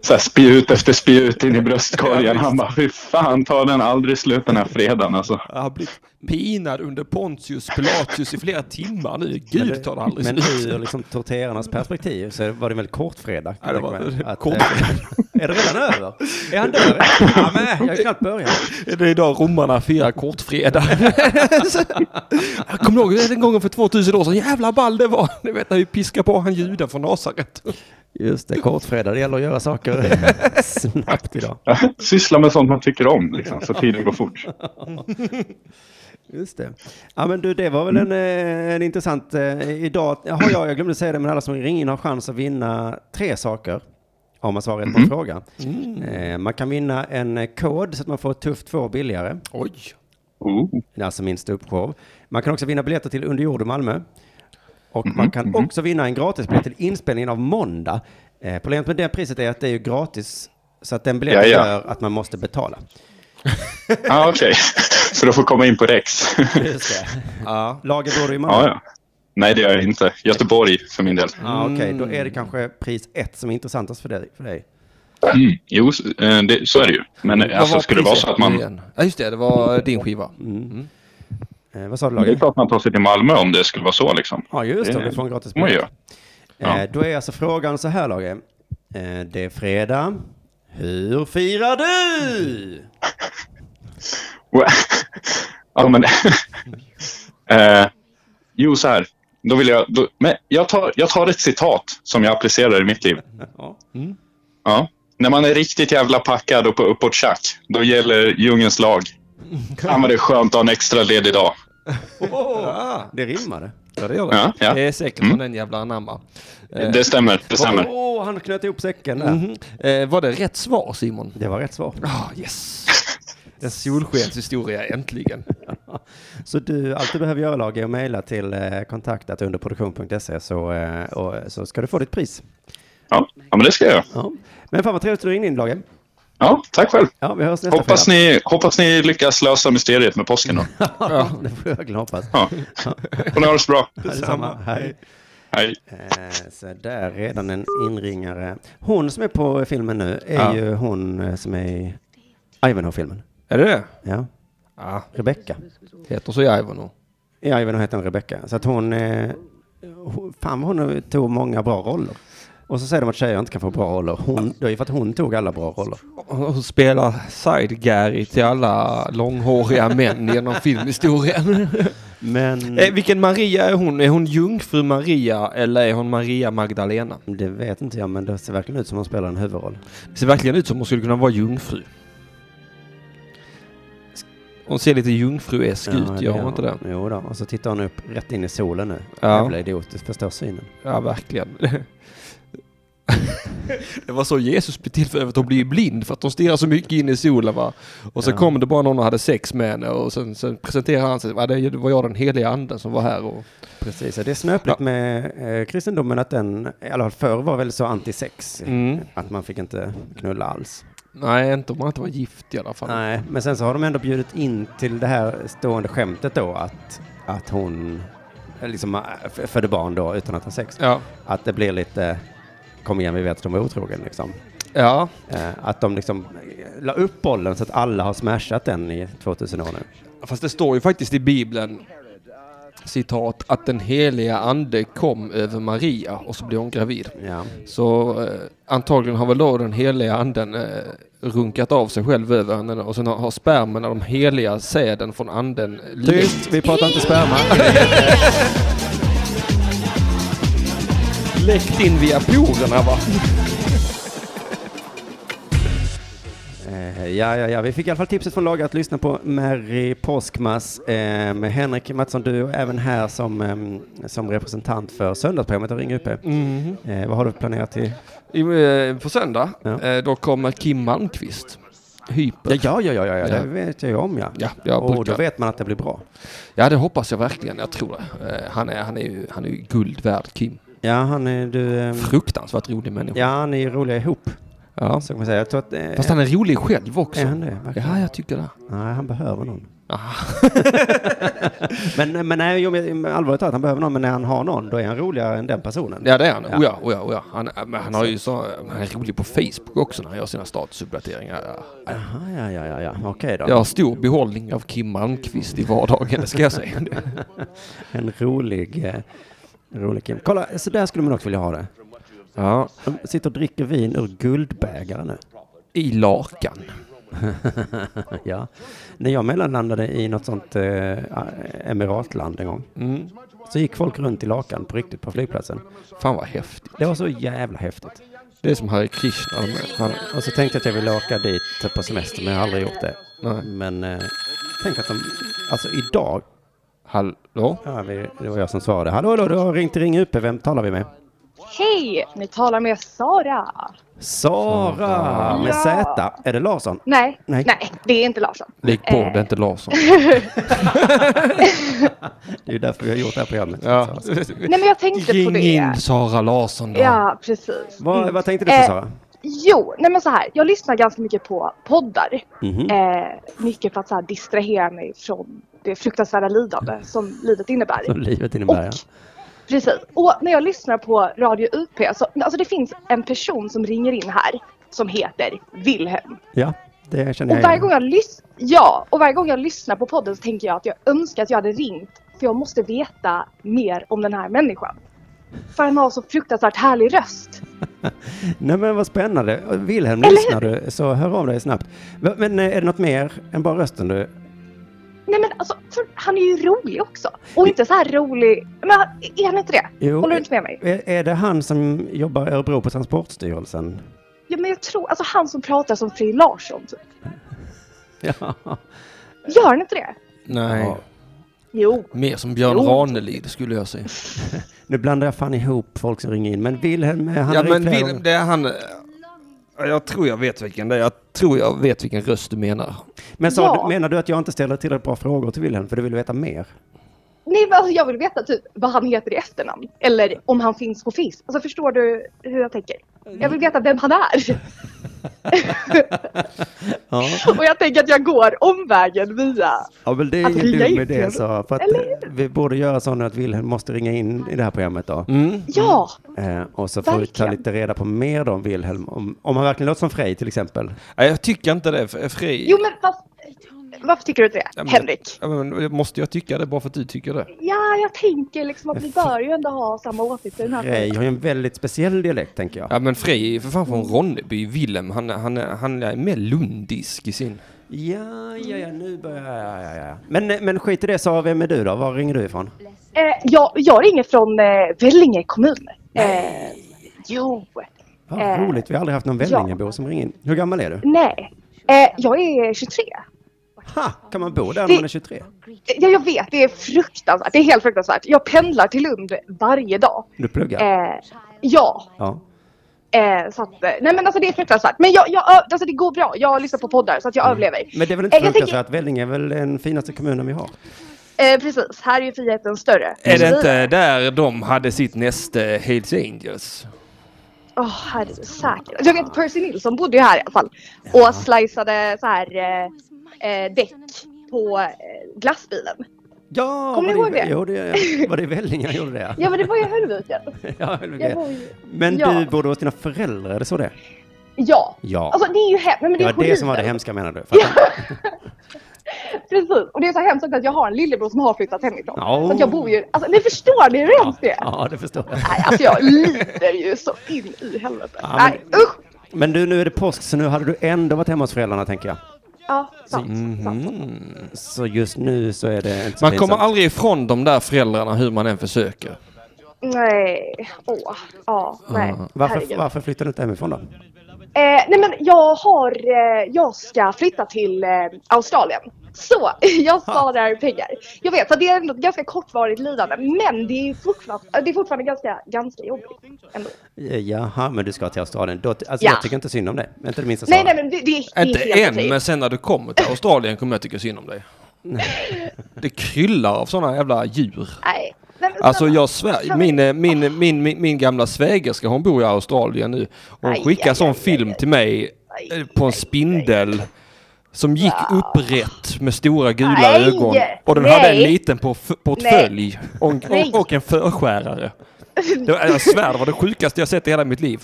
Speaker 4: så här, spjut efter spjut in i bröstkorgen. Han bara, fy fan tar den aldrig slut den här fredagen alltså.
Speaker 3: Jag har blivit pinad under Pontius Pilatus i flera timmar nu.
Speaker 1: Men
Speaker 3: Gud tar det aldrig
Speaker 1: Men
Speaker 3: slut.
Speaker 1: ur liksom, torterarnas perspektiv så var det en väldigt kort fredag. kan
Speaker 3: Ja, det
Speaker 1: jag
Speaker 3: var-
Speaker 1: tänka mig. Att,
Speaker 3: kort
Speaker 1: eh, Är det redan över? Är han död? Ja, men, jag har knappt börjat.
Speaker 3: Är det idag romarna firar kortfredag? jag kommer ihåg den gången för 2000 år sedan, jävla ball det var. Ni vet när vi piskar på han juden från Nasaret.
Speaker 1: Just det, kortfredag. Det gäller att göra saker snabbt idag.
Speaker 4: Syssla med sånt man tycker om liksom, så tiden går fort.
Speaker 1: Just det. Ja, men du, det var väl en, eh, en intressant... Eh, idag har jag, jag glömde säga det, men alla som ringer in har chans att vinna tre saker. Om man svarar
Speaker 3: Mm.
Speaker 1: rätt på en fråga. Eh, man kan vinna en eh, kod så att man får ett tufft två billigare.
Speaker 3: Oj.
Speaker 4: Oh.
Speaker 1: Alltså min ståuppshow. Man kan också vinna biljetter till Under jord och Malmö. Och
Speaker 4: Mm-hmm,
Speaker 1: man kan också vinna en gratisbiljett till inspelningen av måndag. Eh, problemet med det priset är att det är ju gratis. Så att den biljetten
Speaker 4: Ja, ja.
Speaker 1: gör att man måste betala.
Speaker 4: Ah, Okej, så då får komma in på Rex. Ah,
Speaker 1: Just det.
Speaker 3: Ja.
Speaker 1: Lager bor du i Malmö?
Speaker 4: Ja, ja. Nej, det gör jag inte. Göteborg för min del.
Speaker 1: Ja, okej, då är det kanske pris ett som är intressantast för dig. För dig.
Speaker 4: Mm. Jo, s- eh, det, så är det ju. Men eh,
Speaker 3: Vad
Speaker 4: alltså,
Speaker 3: var
Speaker 4: skulle det vara så att man...
Speaker 3: priset igen? Ja just det, det var din skiva.
Speaker 1: Eh, vad sa du,
Speaker 4: Det är
Speaker 1: Lager?
Speaker 4: klart man tar sig till Malmö om det skulle vara så liksom.
Speaker 1: Ja, just det,
Speaker 4: Det-
Speaker 1: du får en gratis
Speaker 4: Må
Speaker 1: biljett.
Speaker 4: jag. Ja.
Speaker 1: Eh, då är alltså frågan så här, Lager. Eh, det är fredag. Hur firar du?
Speaker 4: ja, men... eh, jo, så här. Då vill jag... Då, men jag tar, jag tar ett citat som jag applicerar i mitt liv.
Speaker 1: Ja.
Speaker 4: Ja. När man är riktigt jävla packad och på uppåt tjack, då gäller djungens lag. Ja, men det är skönt att ha en extra ledig dag.
Speaker 3: Ja,
Speaker 1: Det rimmade.
Speaker 3: ja, det gör det.
Speaker 4: Ja, ja. Mm.
Speaker 3: Det är säkert från den jävla anamma.
Speaker 4: Det stämmer, det
Speaker 1: Åh,
Speaker 4: stämmer.
Speaker 1: han knöt ihop säcken där.
Speaker 3: Mhm. Eh, var det rätt svar Simon?
Speaker 1: Det var rätt svar.
Speaker 3: Ah, yes! En solskenshistoria äntligen.
Speaker 1: Så du, allt du behöver göra, Lager, är att mejla till eh, kontaktat underproduktion.se så, eh, och, så ska du få ditt pris.
Speaker 4: Ja, ja men det ska jag göra.
Speaker 1: Ja. Men fan vad trevligt att du ringde in, Lager.
Speaker 4: Ja, tack själv.
Speaker 1: Ja, vi hörs nästa
Speaker 4: Hoppas ni, hoppas ni lyckas lösa mysteriet med påsken då.
Speaker 1: fredag. Ja, det får jag verkligen hoppas.
Speaker 4: Ja. Och ni har det så bra.
Speaker 1: Detsamma. Hej.
Speaker 4: Hej.
Speaker 1: Eh, Så där, redan en inringare. Hon som är på filmen nu är
Speaker 3: Ja.
Speaker 1: ju hon eh, som är i Ivanhoe-filmen.
Speaker 3: Är det det?
Speaker 1: Ja,
Speaker 3: Ja.
Speaker 1: Rebecca.
Speaker 3: Heter så jag Ivanhoe.
Speaker 1: Ja, Ivanhoe heter hon Rebecca. Så att hon, eh, hon- fan vad hon tog många bra roller. Och så säger de att tjejer inte kan få bra roller. Hon, det är ju för att hon tog alla bra roller.
Speaker 3: Hon spelar side Gary till alla långhåriga män genom filmhistorien.
Speaker 1: Men
Speaker 3: Eh, Vilken Maria är hon? Är hon jungfru Maria eller är hon Maria Magdalena?
Speaker 1: det vet inte jag, men det ser verkligen ut som hon spelar en huvudroll.
Speaker 3: Det ser verkligen ut som hon skulle kunna vara jungfru. Hon ser lite jungfruesk ut, gör hon inte det?
Speaker 1: Jo då. och så tittar hon upp rätt in i solen nu.
Speaker 3: Ja.
Speaker 1: Jävla idiot, förstår synen.
Speaker 3: Ja, verkligen. det var så Jesus blev till för att hon blir blind för att hon stirrar så mycket in i solen va. Och så
Speaker 1: Ja.
Speaker 3: kom det bara någon och hade sex med henne och sen, sen presenterade han sig. Va, det var jag den heliga anden som var här och...
Speaker 1: Precis, ja, det är snöpligt med eh, kristendomen att den, i alla fall förr var väl så antisex.
Speaker 3: Mm.
Speaker 1: Att man fick inte knulla alls.
Speaker 3: Nej, inte om man inte var gift i alla fall.
Speaker 1: Nej, men sen så har de ändå bjudit in till det här stående skämtet då att, att hon eh, liksom eh, f- födde barn då utan att ha sex.
Speaker 3: Ja.
Speaker 1: Att det blir lite, kom igen vi vet att de var otrogen liksom.
Speaker 3: ja,
Speaker 1: Eh, att de liksom eh, la upp bollen så att alla har smashat den i 2000 år nu.
Speaker 3: fast det står ju faktiskt i Bibeln citat att den heliga ande kom över Maria och så blev hon gravid.
Speaker 1: Ja,
Speaker 3: Så eh, antagligen har väl då den heliga anden eh, runkat av sig själv över henne och sen har, har spermen av de heliga säden från anden lyft.
Speaker 1: Tyst, vi pratar inte sperma.
Speaker 3: läckt in via porerna va?
Speaker 1: Eh, Ja, ja, ja. Vi fick i alla fall tipset från Laga att lyssna på Mary Påskmas eh, med Henrik Mattsson Duo, även här som, ehm, som representant för söndagsprogrammet av Ring UP. Eh, vad har du planerat till?
Speaker 3: I, eh, på söndag,
Speaker 1: Ja.
Speaker 3: eh, då kommer Kim Malmqvist. Hyper.
Speaker 1: Ja, ja, ja, ja, ja,
Speaker 3: Ja.
Speaker 1: det vet jag ju om ja.
Speaker 3: Ja, jag
Speaker 1: och då
Speaker 3: brukar-
Speaker 1: vet man att det blir bra.
Speaker 3: Ja, det hoppas jag verkligen. Jag tror det. Eh, han, är, han, är ju, han är ju guld värd, Kim.
Speaker 1: Ja, han är du... ehm,
Speaker 3: Fruktansvärt rolig människa.
Speaker 1: ja, han är ju roliga ihop,
Speaker 3: Ja.
Speaker 1: så kan man säga. Jag tror att... Eh,
Speaker 3: Fast han är rolig själv också.
Speaker 1: Är han det? Verkligen?
Speaker 3: Ja, jag tycker det.
Speaker 1: Nej, han behöver någon.
Speaker 3: Ah.
Speaker 1: men men nej, jo, men eh, allvarligt talat, han behöver någon, men när han har någon, då är han roligare än den personen.
Speaker 3: Ja, det är han. Oh
Speaker 1: Ja.
Speaker 3: Ja. Oja, oja, oja. Han, äh, men han, har ju så, han är rolig på Facebook också när han gör sina statusuppdateringar. Ja.
Speaker 1: Aha, ja, ja, ja, ja. Okej då.
Speaker 3: Jag har stor behållning av Kim Malmqvist i vardagen, det ska jag säga.
Speaker 1: En rolig, eh, rolig Kim. Kolla, så där skulle man också vilja ha det.
Speaker 3: Ja.
Speaker 1: De sitter och dricker vin ur guldbägare nu.
Speaker 3: I lakan.
Speaker 1: ja. När jag mellanlandade i något sånt eh, emiratland en gång
Speaker 3: Mm.
Speaker 1: så gick folk runt i lakan på riktigt på flygplatsen.
Speaker 3: Fan vad häftigt.
Speaker 1: Det var så jävla häftigt.
Speaker 3: Det är som Hare Krishna. de är- Han,
Speaker 1: Och så tänkte jag att jag ville åka dit på semester, men jag har aldrig gjort det.
Speaker 3: nej.
Speaker 1: Men eh, tänk att de, alltså idag,
Speaker 3: Hallå?
Speaker 1: ja, vi, det var jag som svarade. Hallå, hallå, du har ringt till Ring UP, vem talar vi med?
Speaker 5: Hej! Ni talar med Sara.
Speaker 1: Sara med Z. Är det Larsson?
Speaker 5: Nej,
Speaker 1: Nej.
Speaker 5: nej, det är inte Larsson.
Speaker 3: Lägg på, det är inte Larsson.
Speaker 1: Det är ju därför vi har gjort det här programmet.
Speaker 3: Ja.
Speaker 5: Nej, men jag tänkte på
Speaker 3: Ring
Speaker 5: det.
Speaker 3: in Sara Larsson då.
Speaker 5: Ja, precis.
Speaker 1: Vad,
Speaker 5: Mm.
Speaker 1: vad tänkte du på
Speaker 5: Eh,
Speaker 1: Sara?
Speaker 5: Jo, nej men så här. Jag lyssnar ganska mycket på poddar.
Speaker 1: Mhm.
Speaker 5: Eh, mycket för att så här, distrahera mig från det fruktansvärda lidande som livet innebär.
Speaker 1: Som livet innebär, ja.
Speaker 5: Precis. Och när jag lyssnar på Radio UP, så, alltså det finns en person som ringer in här som heter Wilhelm.
Speaker 1: Ja, det känner
Speaker 5: Och
Speaker 1: jag
Speaker 5: varje
Speaker 1: igen.
Speaker 5: gång jag, lys- ja, och varje gång jag lyssnar på podden så tänker jag att jag önskar att jag hade ringt. För jag måste veta mer om den här människan. För han har så fruktansvärt härlig röst.
Speaker 1: Nej men vad spännande. Wilhelm,
Speaker 5: Eller hur?
Speaker 1: lyssnar du så hör av dig snabbt. Va- Men eh, är det något mer än bara rösten du?
Speaker 5: Nej men alltså, för han är ju rolig också. Och inte så här rolig. Men han- är han inte det?
Speaker 1: Jo.
Speaker 5: Håller du inte med mig?
Speaker 1: Är, är det han som jobbar i Örebro på Transportstyrelsen?
Speaker 5: Ja men jag tror, alltså han som pratar som Frej Larsson typ.
Speaker 1: Ja.
Speaker 5: Gör han inte det?
Speaker 3: Nej.
Speaker 5: Jo.
Speaker 3: Mer som Björn
Speaker 5: Jo.
Speaker 3: Ranelid skulle jag säga.
Speaker 1: Nu blandar jag fan ihop folk som ringer in. Men Wilhelm, eh, han
Speaker 3: ja
Speaker 1: har ringt
Speaker 3: men
Speaker 1: flera
Speaker 3: Wilhelm,
Speaker 1: gånger.
Speaker 3: det är han... eh, Jag tror jag vet vilken det är. Jag tror jag vet vilken röst du menar.
Speaker 1: Men så,
Speaker 5: Ja.
Speaker 1: du- menar du att jag inte ställer tillräckligt bra frågor till Wilhelm för du vill veta mer?
Speaker 5: Nej men alltså, jag vill veta typ vad han heter i efternamn. Eller om han finns på Facebook. Alltså förstår du hur jag tänker? Jag vill veta vem han är.
Speaker 1: Ja, Mm.
Speaker 5: Och jag tänker att jag går omvägen via...
Speaker 1: ja men det är
Speaker 5: Att
Speaker 1: ingen
Speaker 5: ringa
Speaker 1: dum
Speaker 5: in
Speaker 1: idé
Speaker 5: till-
Speaker 1: så. För att eh, vi borde göra så nu att Wilhelm måste ringa in i det här programmet då.
Speaker 3: Mm.
Speaker 5: Ja,
Speaker 1: Eh, och så får vi ta
Speaker 5: Verkligen.
Speaker 1: lite reda på mer om Wilhelm. Om, om han verkligen låter som Frej till exempel.
Speaker 3: Nej, jag tycker inte det. För, fri.
Speaker 5: jo men fast... Varför tycker du inte det,
Speaker 3: Ja, men-
Speaker 5: Henrik?
Speaker 3: Ja, men, måste jag tycka det bara för att du tycker det?
Speaker 5: Ja, jag tänker liksom att vi bör ju ändå ha samma åsikter i den här
Speaker 1: Frej
Speaker 5: frågan.
Speaker 1: har ju en väldigt speciell dialekt tänker jag.
Speaker 3: Ja men Frej är för fan från Ronneby, Willem, han, han, han är mer lundisk i sin.
Speaker 1: Ja, ja, ja, nu börjar jag. Ja, ja, ja. Men, eh, men skit i det, så vem är du då? Var ringer du ifrån?
Speaker 5: Eh, jag, jag ringer från eh, Vellinge kommun. Eh, jo,
Speaker 1: Vad
Speaker 5: Eh,
Speaker 1: roligt, vi har aldrig haft någon
Speaker 5: ja.
Speaker 1: Vällingebo som ringer in. Hur gammal är du?
Speaker 5: nej. Eh, jag är 23.
Speaker 1: Ha, kan man bo där när
Speaker 5: Det-
Speaker 1: man är 23?
Speaker 5: Ja, jag vet, det är fruktansvärt. Det är helt fruktansvärt. Jag pendlar till Lund varje dag.
Speaker 1: Du pluggar?
Speaker 5: Eh, ja,
Speaker 1: Ja.
Speaker 5: eh, så att, eh, nej men alltså det är fruktansvärt. Men jag, jag, ö- alltså det går bra. Jag lyssnar på poddar så att jag överlever.
Speaker 1: Mm. Men det är väl inte
Speaker 5: Eh, jag tänker-
Speaker 1: fruktansvärt? Vellinge är väl den finaste kommunen vi har?
Speaker 5: Eh, precis, här är ju friheten större.
Speaker 3: Är det inte där de hade sitt näste Hells Angels?
Speaker 5: Åh, herregud, säkert. Jag vet Percy Nilsson bodde ju här i alla fall. Och sliceade så här eh, eh, däck på eh, glassbilen.
Speaker 1: Ja,
Speaker 5: Kommer ni
Speaker 1: var
Speaker 5: ihåg det?
Speaker 1: Jo, det var det i Vellinge han gjorde det?
Speaker 5: Ja men det var ju Höllviken.
Speaker 1: ja,
Speaker 5: Jag
Speaker 1: okay.
Speaker 5: var ju...
Speaker 1: Men
Speaker 5: ja.
Speaker 1: du bodde hos dina föräldrar, är det så det är?
Speaker 5: Ja.
Speaker 1: Ja.
Speaker 5: Alltså det är ju hemskt. Nej, men
Speaker 1: Det
Speaker 5: det är
Speaker 1: var det som var det
Speaker 5: horribelt.
Speaker 1: hemska menar du? Fattar?
Speaker 5: Precis. Och det är så hemskt också att jag har en lillebror som har flyttat hemifrån.
Speaker 1: Ja.
Speaker 5: Så att jag bor ju... Alltså ni förstår ni hur hemskt det är?
Speaker 1: Ja, det förstår jag.
Speaker 5: Nej alltså jag lider ju så in i helvete.
Speaker 1: Ja, men-
Speaker 5: Nej usch!
Speaker 1: Men du, nu är det påsk, så nu hade du ändå varit hemma hos föräldrarna, tänker jag.
Speaker 5: Ja, sant.
Speaker 1: Mm-hmm.
Speaker 5: sant.
Speaker 1: Så just nu så är det inte så
Speaker 3: Man kommer
Speaker 1: pinsamt.
Speaker 3: aldrig ifrån de där föräldrarna hur man än försöker.
Speaker 5: Nej. Åh. Ja. Nej.
Speaker 1: Varför,
Speaker 5: Herregud.
Speaker 1: varför flyttar du inte hemifrån då?
Speaker 5: Eh, nej men jag har, eh, jag ska flytta till eh, Australien. Så jag sparar pengar. Jag vet att det är ändå ett ganska kortvarigt lidande men det är fortfarande, det är fortfarande ganska, ganska jobbigt. Ändå.
Speaker 1: Eh, Jaha, men du ska till Australien. Då, alltså,
Speaker 5: Ja.
Speaker 1: Jag tycker inte synd om det. Inte det minsta
Speaker 5: Nej
Speaker 1: Sara.
Speaker 5: nej men det, det, är- det är
Speaker 3: Inte
Speaker 5: helt
Speaker 3: än,
Speaker 5: okej.
Speaker 3: men sen när du kommer till Australien kommer jag tycka synd om dig. Det kryllar av sådana jävla djur.
Speaker 5: Nej. Nej, men
Speaker 3: Alltså
Speaker 5: snälla.
Speaker 3: jag svär, min, eh, min, min, min, min gamla svägerska hon bor i Australien nu. Och Hon
Speaker 5: Aj,
Speaker 3: skickar
Speaker 5: aj,
Speaker 3: sån
Speaker 5: aj,
Speaker 3: film till mig eh, på en spindel. Som gick upprätt med stora gula
Speaker 5: Nej,
Speaker 3: ögon. Och den hade en
Speaker 5: nej.
Speaker 3: liten porf- portfölj. Och, en- och, och en förskärare. Det var, jag svär, det var det sjukaste jag sett i hela mitt liv.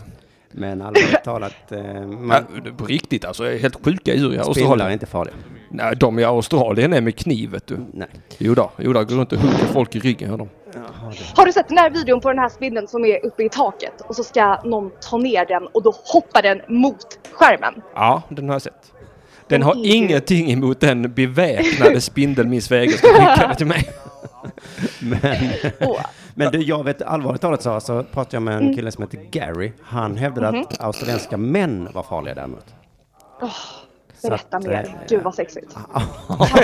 Speaker 1: Men allvarligt talat, eh, man
Speaker 3: Ja, på riktigt alltså, jag är helt sjuka djur i
Speaker 1: spindlar är
Speaker 3: Australien.
Speaker 1: inte farliga.
Speaker 3: Nej, de i Australien är med kniv vet du.
Speaker 1: Nej.
Speaker 3: Jo då, jo då, går runt och hugger folk i ryggen. Hör de. eh,
Speaker 5: Har du sett den här videon på den här spindeln som är uppe i taket och så ska någon ta ner den och då hoppar den mot skärmen?
Speaker 3: Ja, den har jag sett. Den har
Speaker 5: är ju-
Speaker 3: ingenting emot den beväpnade spindel min svägerska skickade till mig.
Speaker 5: Åh.
Speaker 1: Men du, jag vet allvarligt talat Sara, så pratade jag med
Speaker 5: Mm.
Speaker 1: en kille som heter Gary. Han hävdade
Speaker 5: Mhm.
Speaker 1: att australienska män var farliga däremot. Så
Speaker 5: Berätta
Speaker 1: att, eh,
Speaker 5: mer. Gud vad sexigt. Kan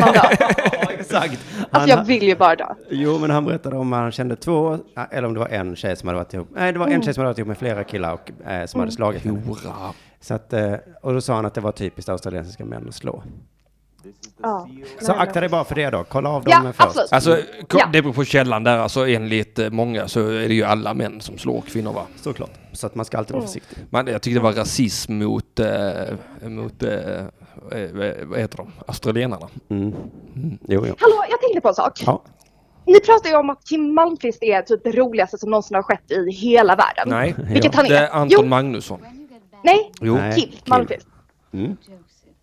Speaker 5: man dö?
Speaker 1: Ja, exakt.
Speaker 5: Alltså jag vill ju bara dö.
Speaker 1: Jo, men han berättade om han kände två, eh, eller om det var en tjej som hade varit ihop. Nej, det
Speaker 5: Mm.
Speaker 1: var en tjej som hade varit ihop med flera killar och, eh, som hade slagit henne.
Speaker 3: Hora.
Speaker 1: Så att, eh, och då sa han att det var typiskt australiensiska män att slå.
Speaker 5: Ja.
Speaker 1: Så akta dig bara för det då. Kolla av dem
Speaker 5: Ja,
Speaker 1: först.
Speaker 5: absolut.
Speaker 3: Alltså, kom,
Speaker 5: Ja.
Speaker 3: det beror på källan där. Alltså, enligt eh, många så är det ju alla män som slår kvinnor va?
Speaker 1: Såklart. Så att man ska alltid
Speaker 5: Mm.
Speaker 1: vara försiktig.
Speaker 3: Man, jag tyckte det var rasism mot, eh, mot eh, eh, vad heter de, australienarna.
Speaker 1: Jo, jo.
Speaker 5: Hallå, jag tänkte på en sak.
Speaker 1: Ja.
Speaker 5: Ni pratar ju om att Kim Malmqvist är typ det roligaste som någonsin har skett i hela världen.
Speaker 3: Nej,
Speaker 5: Vilket han är.
Speaker 3: det är Anton
Speaker 5: Jo,
Speaker 3: Magnusson.
Speaker 5: nej,
Speaker 3: Jo.
Speaker 1: Nej,
Speaker 5: Kim
Speaker 1: Kim.
Speaker 5: Malmqvist.
Speaker 1: Mm.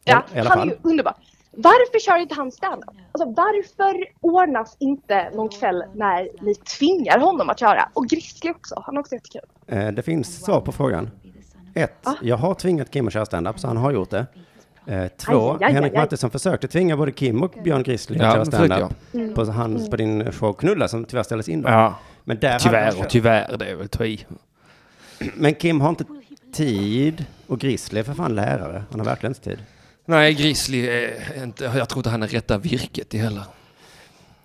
Speaker 5: Ja,
Speaker 1: I alla
Speaker 5: han är ju
Speaker 1: fall.
Speaker 5: underbar. Varför kör inte han standup? Alltså varför ordnas inte någon kväll när ni tvingar honom att köra? Och Grizzly också, han är också jättekul.
Speaker 1: Eh, det finns svar på frågan. Ett, jag har tvingat Kim att köra standup, så han har gjort det. Eh, två,
Speaker 5: Aj, aj, aj,
Speaker 1: Henrik
Speaker 5: aj.
Speaker 1: Mattisson försökte tvinga både Kim och Björn Grisli
Speaker 3: Ja,
Speaker 1: att köra
Speaker 3: det försökte
Speaker 1: standup
Speaker 5: Mm.
Speaker 1: på, hans, på din show Knulla som tyvärr ställdes in då.
Speaker 3: Ja.
Speaker 1: Men, där hade han
Speaker 3: Tyvärr
Speaker 1: kört-
Speaker 3: och typ- tyvärr, det är väl ta i.
Speaker 1: men Kim har inte tid och Grisli är för fan lärare. Han har verkligen inte tid.
Speaker 3: Nej, Grizzly är inte, jag tror inte han är rätta virket i heller.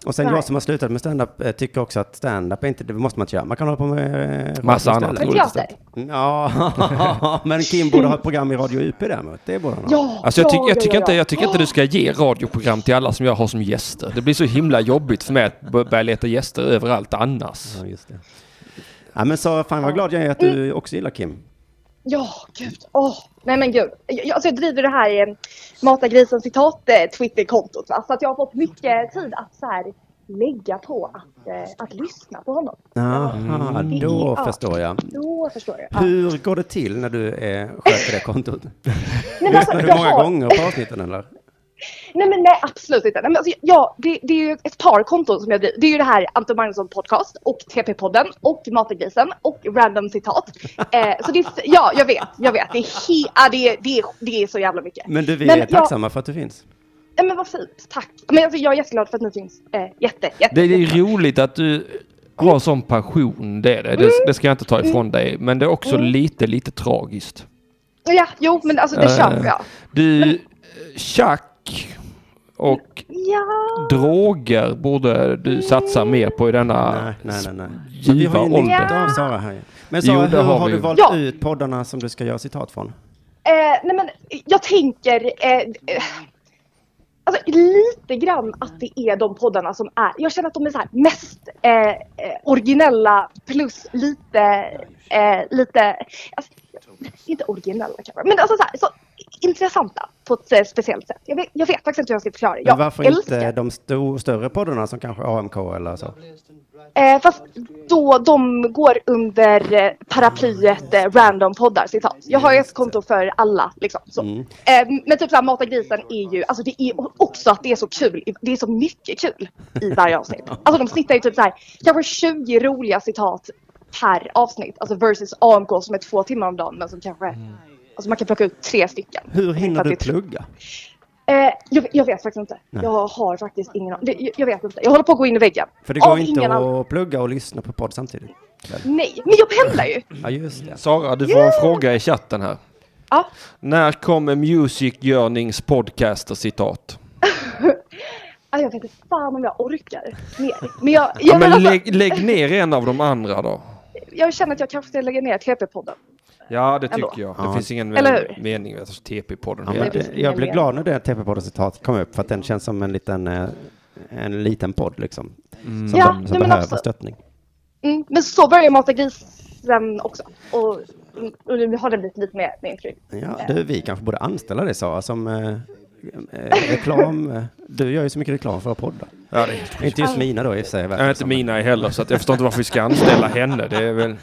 Speaker 1: Och sen
Speaker 5: Nej.
Speaker 1: jag som har slutat med standup eh, tycker också att standup är inte, det måste man inte göra. Man kan hålla på med... eh, radio
Speaker 3: Massa annat
Speaker 1: istället.
Speaker 5: Men
Speaker 3: Roligt
Speaker 5: teater?
Speaker 3: istället.
Speaker 1: Ja, men Kim borde ha ett program i Radio UP däremot. Det borde han ha.
Speaker 5: Ja,
Speaker 3: Alltså jag,
Speaker 5: ja,
Speaker 3: tycker- jag,
Speaker 5: ja,
Speaker 3: tycker
Speaker 5: ja,
Speaker 3: inte,
Speaker 5: ja.
Speaker 3: jag tycker inte du ska ge radioprogram till alla som jag har som gäster. Det blir så himla jobbigt för mig att bör- börja leta gäster överallt annars.
Speaker 1: Ja, just det. Ja, men så fan vad glad jag är att du också gillar Kim.
Speaker 5: Ja, gud. Åh, nej men gud. Jag, jag- alltså jag driver det här eh, Mata grisen citat eh, Twitterkontot va? Så att jag har fått mycket tid att så här lägga på att, eh, att lyssna på honom.
Speaker 1: Aha, då
Speaker 5: Mm. Ja.
Speaker 1: förstår jag.
Speaker 5: Då förstår jag. Ja.
Speaker 1: Hur går det till när du eh, sköter det kontot?
Speaker 5: Nej, men alltså,
Speaker 1: Lyssnar du
Speaker 5: jag
Speaker 1: många
Speaker 5: har-
Speaker 1: gånger på avsnitten eller?
Speaker 5: Nej men nej absolut inte. Nej, men alltså, ja, det, det är ju ett par konton som jag driver. Det är ju det här Anton Magnusson podcast och TP-podden och Matagrisen och random citat. Eh, så det är, f- ja jag vet, jag vet. Det är, he, ja, det, är, det, är, det är så jävla mycket.
Speaker 1: Men du, vi är
Speaker 5: jag-
Speaker 1: tacksamma för att du finns.
Speaker 5: Ja, men vad fint, tack. Men alltså, jag är jätteglad för att ni finns. Eh, jätte, jätte.
Speaker 3: Det är roligt att du har sån passion, det är det. Det, det ska jag inte ta ifrån dig. Men det är också
Speaker 5: Mm.
Speaker 3: lite, lite tragiskt.
Speaker 5: Ja, jo men alltså det
Speaker 3: Eh,
Speaker 5: kör jag.
Speaker 3: Du, eh, tjack och
Speaker 5: Ja,
Speaker 3: droger borde du satsa mer på i denna...
Speaker 1: Nej, nej, nej. nej. Men vi
Speaker 3: giva
Speaker 1: har ju nytta
Speaker 5: ålder.
Speaker 1: av Sara här ju. Men
Speaker 3: Jo,
Speaker 1: Sara,
Speaker 3: det
Speaker 1: hur
Speaker 3: har
Speaker 1: har
Speaker 3: vi
Speaker 1: du
Speaker 3: ju.
Speaker 1: valt
Speaker 5: Ja.
Speaker 1: ut poddarna som du ska göra citat från?
Speaker 5: eh, nej men jag tänker eh, eh, alltså, lite grann att det är de poddarna som är, jag känner att de är så här mest eh, eh, originella plus lite, eh, lite, alltså, inte originella kanske, men alltså så, här, så intressanta på ett eh, speciellt sätt. Jag vet, jag vet faktiskt inte hur jag ska förklara det.
Speaker 1: Men
Speaker 5: Jag
Speaker 1: varför inte de sto- större poddarna som kanske AMK eller så?
Speaker 5: Eh, fast då de går under eh, paraplyet eh, random-poddar, citat. Jag har ju ett konto för alla liksom. Så.
Speaker 1: Mm.
Speaker 5: Eh, men typ såhär, Mata grisen är ju, alltså det är också att det är så kul, i- det är så mycket kul i varje avsnitt. Alltså de snittar ju typ såhär, kanske 20 roliga citat per avsnitt. Alltså versus AMK som är två timmar om dagen men som kanske, alltså man kan plocka ut tre stycken.
Speaker 1: Mm. Hur hinner
Speaker 5: För att
Speaker 1: du
Speaker 5: det är tr-
Speaker 1: plugga?
Speaker 5: Eh, jag, jag vet faktiskt inte. Jag har faktiskt ingen aning. Det- Jag, jag vet inte. Jag håller på att gå in i väggen.
Speaker 1: För det går
Speaker 5: Av
Speaker 1: inte
Speaker 5: ingen anledning.
Speaker 1: att plugga och lyssna på podd samtidigt.
Speaker 5: Nej, men jag pendlar ju. Alltså,
Speaker 1: Ja, just det.
Speaker 3: Sara, du får en fråga i chatten här.
Speaker 5: Ja.
Speaker 3: När kommer Music Yearnings podcaster-citat?
Speaker 5: Ah, jag vet inte fan om jag orkar mer. Men jag, jag,
Speaker 3: Ja,
Speaker 5: men
Speaker 3: men
Speaker 5: alltså,
Speaker 3: lägg, lägg ner en av de andra då.
Speaker 5: jag känner att jag kanske ska lägga ner TP-podden.
Speaker 3: Ja, det
Speaker 5: Ändå.
Speaker 3: tycker jag. Det
Speaker 1: Ja.
Speaker 3: finns ingen
Speaker 5: Eller
Speaker 3: men-
Speaker 5: hur?
Speaker 3: mening med alltså, TP-podden.
Speaker 1: Ja, men
Speaker 5: det-
Speaker 1: det, jag blev glad när det TP-podden-citatet kom upp för att den känns som en liten, eh, en liten podd liksom. Som,
Speaker 5: Ja,
Speaker 1: de-
Speaker 5: nej,
Speaker 1: som
Speaker 5: men alltså-
Speaker 1: behöver
Speaker 5: absolut.
Speaker 1: stöttning.
Speaker 5: Mm, men så börjar jag mata grisen också. Och, och nu har det blivit lite mer min fru.
Speaker 1: Ja, du, vi kanske borde anställa dig Sara som eh, eh, reklam. eh, Du gör ju så mycket reklam för poddar.
Speaker 3: Ja, det är helt
Speaker 1: Inte just mina då i och för sig. verkar
Speaker 3: Jag är
Speaker 1: det
Speaker 3: inte
Speaker 1: som.
Speaker 3: mina heller, så att jag förstår inte varför vi ska anställa henne. Det är väl...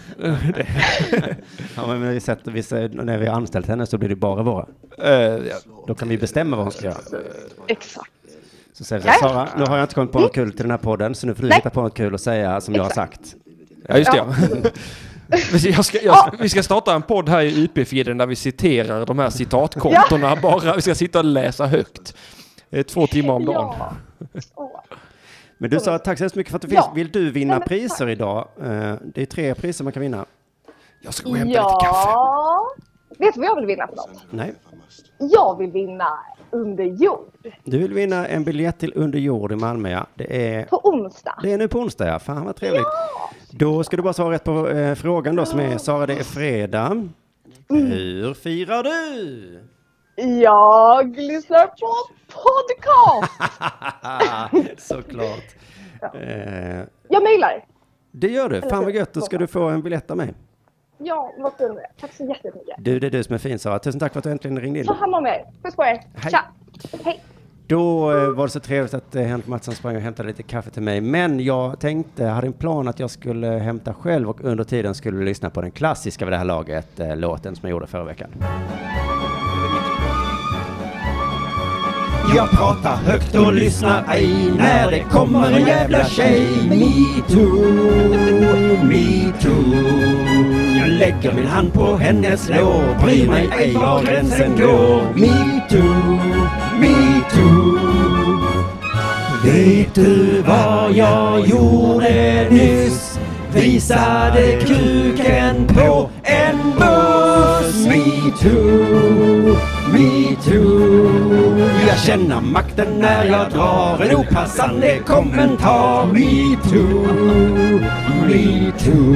Speaker 1: Ja, men vi sätter, vi säger, när vi har anställt henne så blir det bara våra.
Speaker 3: Eh, ja.
Speaker 1: Då kan vi bestämma vad hon ska göra.
Speaker 5: Exakt.
Speaker 1: Så säger vi så här, Sara, nu har jag inte kommit på något kul till den här podden, så nu får du
Speaker 5: Nej.
Speaker 1: hitta på något kul och säga som jag har sagt.
Speaker 3: Ja, just det. ja. Jag ska, jag, vi ska starta en podd här i UP-feeden där vi citerar de här citatkontona bara. Vi ska sitta och läsa högt. Det är två timmar om dagen.
Speaker 5: Ja. Åh.
Speaker 1: Men du Sara, tack så hemskt mycket för att du finns.
Speaker 5: Ja.
Speaker 1: Vill du vinna
Speaker 5: Nej, men
Speaker 1: priser idag? Eh, Det är tre priser man kan vinna.
Speaker 3: Jag ska gå och hämta lite kaffe.
Speaker 5: ja. Vet du vad jag vill vinna för något?
Speaker 1: Nej.
Speaker 5: Jag vill vinna Under jord
Speaker 1: Du vill vinna en biljett till Under jord i Malmö, ja. Det är,
Speaker 5: på onsdag.
Speaker 1: det är nu på onsdag, ja. Fan vad trevligt. Då ska du bara svara rätt på eh, frågan då som är, Sara, det är fredag.
Speaker 5: Mm.
Speaker 1: Hur firar du?
Speaker 5: Jag lyssnar på podcast.
Speaker 1: Såklart. Eh,
Speaker 5: Jag mejlar.
Speaker 1: Det gör du. Fan vad gött. Då ska du få en biljett av mig.
Speaker 5: Ja, vad fin du är. Tack så jättemycket.
Speaker 1: Du, det är du som är fin Sara. Tusen tack för att du äntligen ringde in.
Speaker 5: Ta hand om er. Puss på er.
Speaker 1: Hej.
Speaker 5: Tja. Hej.
Speaker 1: Då eh, var det så trevligt att eh, Henrik Mattsson sprang och hämtade lite kaffe till mig. Men jag tänkte, jag hade en plan att jag skulle hämta själv och under tiden skulle du lyssna på den klassiska vid det här laget, eh, låten som jag gjorde förra veckan. Jag pratar högt och lyssnar ej när det kommer en jävla tjej. Me too, me too. Jag lägger min hand på hennes lår, bryr mig ej var gränsen går. Me too, me too. Vet du vad jag gjorde nyss? Visade kuken på en buss. Me too, me too. Jag känner makten när jag drar en opassande kommentar. Me too, me too.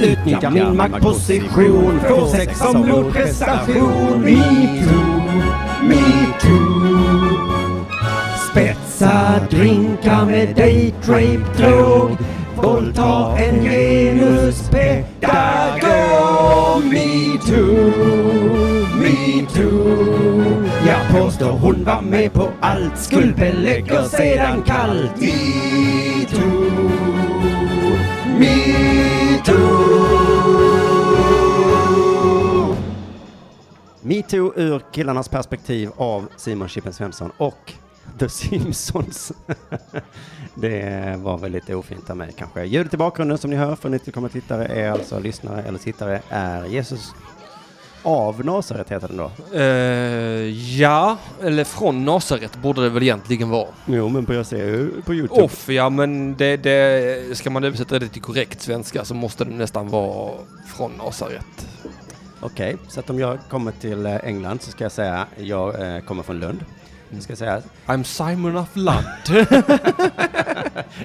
Speaker 1: Utnyttjar min maktposition, får sex som motprestation. Me too, me too. Spetsa drinkar med daytrape-drog Våldta en genuspedagog Me Metoo, metoo Jag påstår hon var med på allt Skuldbelägger sedan kallt Metoo, metoo Metoo ur killarnas perspektiv av Simon Chippen Svensson och The Simpsons. Det var väl lite ofint av mig kanske. Ljudet i bakgrunden som ni hör för nytillkomna tittare är alltså lyssnare eller tittare är Jesus av Nasaret heter den då.
Speaker 3: Eh, ja, eller från Nasaret borde det väl egentligen vara.
Speaker 1: Jo men på jag ser ju på Youtube.
Speaker 3: Off, ja men det, det, ska man översätta det till korrekt svenska så måste det nästan vara från Nasaret.
Speaker 1: Okej, så att om jag kommer till eh, England så ska jag säga jag eh, kommer från Lund. Jag ska säga,
Speaker 3: I'm Simon of Lund.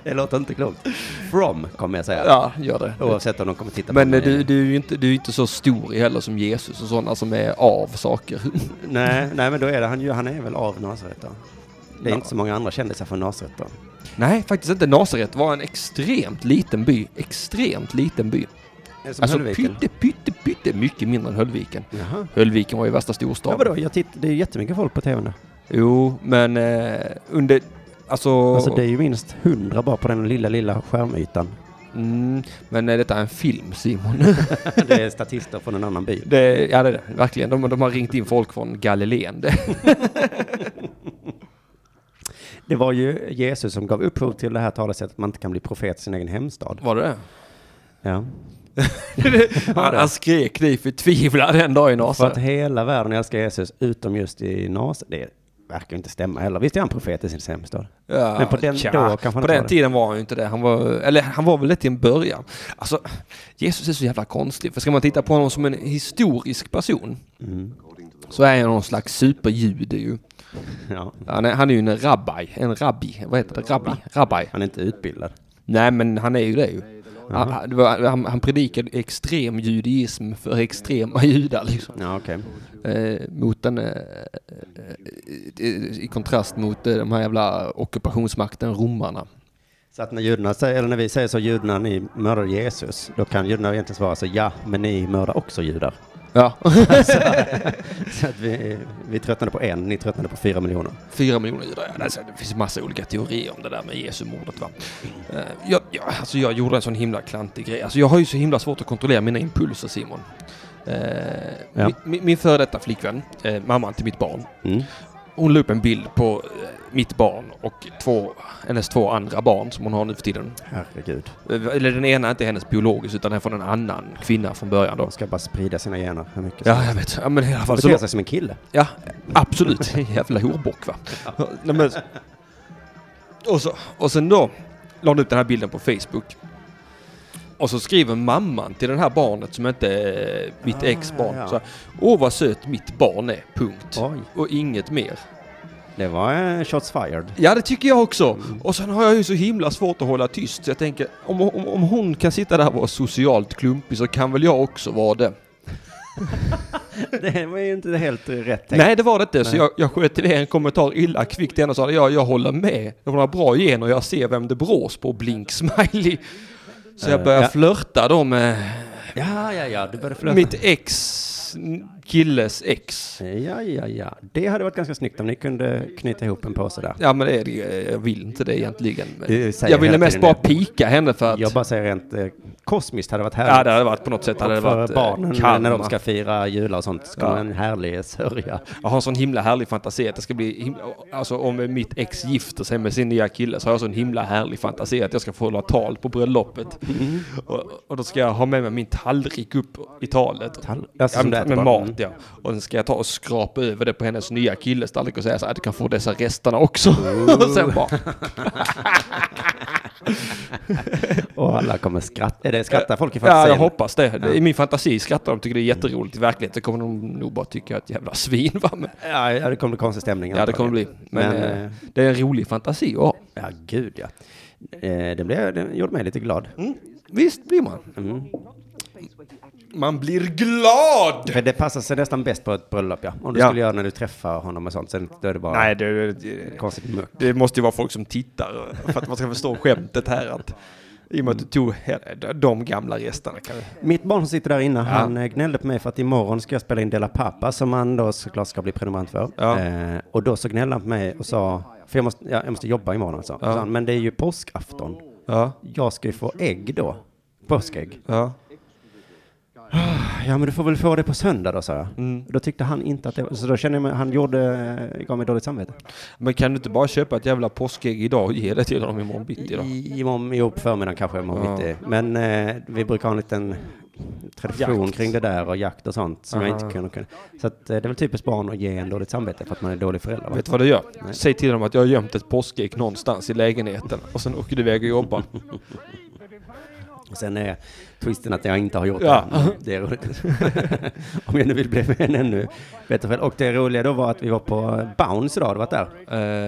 Speaker 1: det låter inte klokt. From kommer jag säga.
Speaker 3: ja, gör det.
Speaker 1: Oavsett om de kommer titta
Speaker 3: Men
Speaker 1: på
Speaker 3: eh,
Speaker 1: mig.
Speaker 3: du, du är ju inte, du är inte så stor heller som Jesus och sådana som är av saker.
Speaker 1: Nej, nej, men då är det han ju. Han är väl av Nasaret då? Det är
Speaker 3: Ja.
Speaker 1: inte så många andra kändisar från Nasaret då.
Speaker 3: Nej, faktiskt inte. Nasaret var en extremt liten by. Extremt liten by.
Speaker 1: Det är Som
Speaker 3: Alltså
Speaker 1: Höllviken.
Speaker 3: pytte, pytte, pytte mycket mindre än Höllviken.
Speaker 1: Jaha.
Speaker 3: Höllviken var ju värsta
Speaker 1: Ja,
Speaker 3: storstaden.
Speaker 1: vadå? Jag titt, det är ju jättemycket folk på tvn där.
Speaker 3: Jo, men eh, under... Alltså...
Speaker 1: Alltså det är ju minst hundra bara på den lilla, lilla skärmytan.
Speaker 3: mm, men eh, detta är en film, Simon.
Speaker 1: det är statister från en annan by.
Speaker 3: det, ja, det är det. Verkligen. De, de har ringt in folk från Galileen. Det.
Speaker 1: Det var ju Jesus som gav upphov till det här talesättet att man inte kan bli profet i sin egen hemstad.
Speaker 3: Var det
Speaker 1: Ja.
Speaker 3: han, han skrek det i förtvivlan den dagen i
Speaker 1: För att
Speaker 3: Nasaret.
Speaker 1: hela världen älskar Jesus utom just i Nasaret. Det verkar ju inte stämma heller. Visst är han profet i sin hemstad?
Speaker 3: Ja,
Speaker 1: Men på den
Speaker 3: tja.
Speaker 1: då kanske han inte
Speaker 3: På den
Speaker 1: var det.
Speaker 3: tiden var han ju inte det. Han var, eller han var väl det till en början. Alltså, Jesus är så jävla konstig. För ska man titta på honom som en historisk person så är han någon slags superjude ju.
Speaker 1: Ja.
Speaker 3: Han är, han är ju en rabbi. En rabbi. Vad heter det? Rabbi. Rabbi.
Speaker 1: Han är inte utbildad.
Speaker 3: Nej, men han är ju det ju. Han, han- det var- han, han predikade extrem judaism för extrema judar liksom.
Speaker 1: Ja, okej.
Speaker 3: Eh, mot den, eh, eh, i- i kontrast mot eh, de här jävla ockupationsmakten, romarna.
Speaker 1: Så att när judarna säger, eller när vi säger så, judarna ni mördar Jesus, då kan judarna egentligen svara så, ja, men ni mördar också judar.
Speaker 3: Ja,
Speaker 1: Så att vi, vi tröttnade på en, ni tröttnade på fyra miljoner.
Speaker 3: fyra miljoner judar. ja. Alltså, det finns massa olika teorier om det där med Jesu mordet va. Eh, jag, jag, alltså, jag gjorde en sån himla klantig grej. Alltså, jag har ju så himla svårt att kontrollera mina impulser Simon. Eh,
Speaker 1: Ja.
Speaker 3: mi- mi, min före detta flickvän, eh, mamman till mitt barn,
Speaker 1: Mm.
Speaker 3: Hon la upp en bild på eh, mitt barn och två, hennes två andra barn som hon har nu för tiden.
Speaker 1: Herregud,
Speaker 3: Eh, Eller den ena är inte hennes biologiska utan den är från en annan kvinna från början då.
Speaker 1: de ska bara sprida sina gener hur mycket som
Speaker 3: Ja, jag vet. Ja, men i alla fall
Speaker 1: beter
Speaker 3: så...
Speaker 1: sig som en kille.
Speaker 3: Ja, absolut. Jävla horbock va. Nej, men... och, så, och sen då la hon upp den här bilden på Facebook. Och så skriver mamman till det här barnet som inte är mitt
Speaker 1: Ah,
Speaker 3: ex barn.
Speaker 1: ja, ja.
Speaker 3: Så här, Åh vad söt mitt barn är, punkt.
Speaker 1: Oj,
Speaker 3: Och inget mer.
Speaker 1: det var en shots fired.
Speaker 3: Ja, det tycker jag också. Och sen har jag ju så himla svårt att hålla tyst, så jag tänker om, om, om hon kan sitta där och vara socialt klumpig så kan väl jag också vara det.
Speaker 1: Det var ju inte helt rätt tänkt.
Speaker 3: Nej, det var det inte, så jag, jag sköt till en kommentar illa kvickt igen och sa ja, jag håller med. Hon har bra gener och jag ser vem det brås på, blink smiley. Så jag
Speaker 1: Eh,
Speaker 3: började
Speaker 1: ja.
Speaker 3: flörta då med
Speaker 1: Ja, ja, ja, du började flöta.
Speaker 3: mitt ex, killes ex.
Speaker 1: Ja, ja, ja. Det hade varit ganska snyggt om ni kunde knyta ihop en påse där.
Speaker 3: Ja, men det är det, jag vill inte det egentligen. men
Speaker 1: Du säger
Speaker 3: Jag ville
Speaker 1: hela
Speaker 3: mest
Speaker 1: tiden
Speaker 3: bara
Speaker 1: det.
Speaker 3: pika henne för att...
Speaker 1: Jag bara säger rent eh, kosmiskt hade det varit
Speaker 3: Ja, det
Speaker 1: härligt.
Speaker 3: hade varit på något sätt. Hade det
Speaker 1: och för
Speaker 3: varit eh,
Speaker 1: barnen när de
Speaker 3: karma.
Speaker 1: ska fira jular och sånt ska
Speaker 3: Ja.
Speaker 1: man en härlig sörja.
Speaker 3: Jag har en sån himla härlig fantasi att det ska bli himla, Alltså om mitt ex gifter sig med sin nya kille så har jag sån himla härlig fantasi att jag ska få hålla tal på bröllopet.
Speaker 1: Mm.
Speaker 3: Och, och då ska jag ha med mig min tallrik upp i talet.
Speaker 1: Tall- alltså
Speaker 3: ja,
Speaker 1: som du
Speaker 3: med,
Speaker 1: äter
Speaker 3: med
Speaker 1: bara.
Speaker 3: mat
Speaker 1: Mm.
Speaker 3: ja. Och sen ska jag ta och skrapa över det på hennes nya killes tallrik och säga så här, du kan få dessa resterna också. och sen bara,
Speaker 1: Och alla kommer skratta. Är det skrattar folk i
Speaker 3: ja
Speaker 1: fantasin?
Speaker 3: jag hoppas det. I min fantasi skrattar de, tycker det är jätteroligt. I verkligheten kommer de nog bara tycka att jävla svin va. Men,
Speaker 1: Ja, ja, det kommer bli konstig stämning.
Speaker 3: ja det kommer bli.
Speaker 1: antagligen.
Speaker 3: Men,
Speaker 1: Men,
Speaker 3: eh,
Speaker 1: eh,
Speaker 3: det är en rolig fantasi att ha.
Speaker 1: ja, gud ja. Eh, Det, blev, det gjorde mig lite glad.
Speaker 3: Mm. Visst blir man. Man blir glad!
Speaker 1: För det passar sig nästan bäst på ett bröllop, ja. Om du
Speaker 3: Ja.
Speaker 1: skulle göra när du träffar honom och sånt. Sen då är det bara
Speaker 3: Nej, eh, det, det,
Speaker 1: konstigt muck.
Speaker 3: eh, det måste ju vara folk som tittar för att man ska förstå skämtet här. Att I och med att du tog he- de gamla gästerna. Kan vi.
Speaker 1: Mitt barn som sitter där inne, han eh, gnällde på mig för att imorgon ska jag spela in Dela Pappa som han då såklart ska bli prenumerant för.
Speaker 3: Ja.
Speaker 1: Eh, och då så gnällde han på mig och sa, för jag måste, ja, jag måste jobba imorgon alltså. Så han, men det är ju påskafton.
Speaker 3: Ja,
Speaker 1: Jag ska ju få ägg då. Påskägg.
Speaker 3: ja.
Speaker 1: Ja men du får väl få det på söndag då sa jag. Då tyckte han inte att det var, så då kände jag mig, han gjorde, gav mig dåligt samvete.
Speaker 3: Men kan du inte bara köpa ett jävla påskägg idag och ge det till dem imorgon bitti då?
Speaker 1: I, imorgon, jo på förmiddagen kanske imorgon
Speaker 3: Ja.
Speaker 1: bitti. Men eh, vi brukar ha en liten tradition kring det där och jakt och sånt som jag inte kunde. kunde. Så att, eh, det är väl typiskt barn att ge en dåligt samvete för att man är dålig förälder. Va?
Speaker 3: Vet du vad du gör? Säg till dem att jag har gömt ett påskägg någonstans i lägenheten och sen åker du iväg och jobbar.
Speaker 1: Och sen är twisten att jag inte har gjort
Speaker 3: Ja.
Speaker 1: det. Det är roligt. Om jag nu vill bli en ännu bättre förälder. Och det roliga då var att vi var på Bounce idag, har du varit där?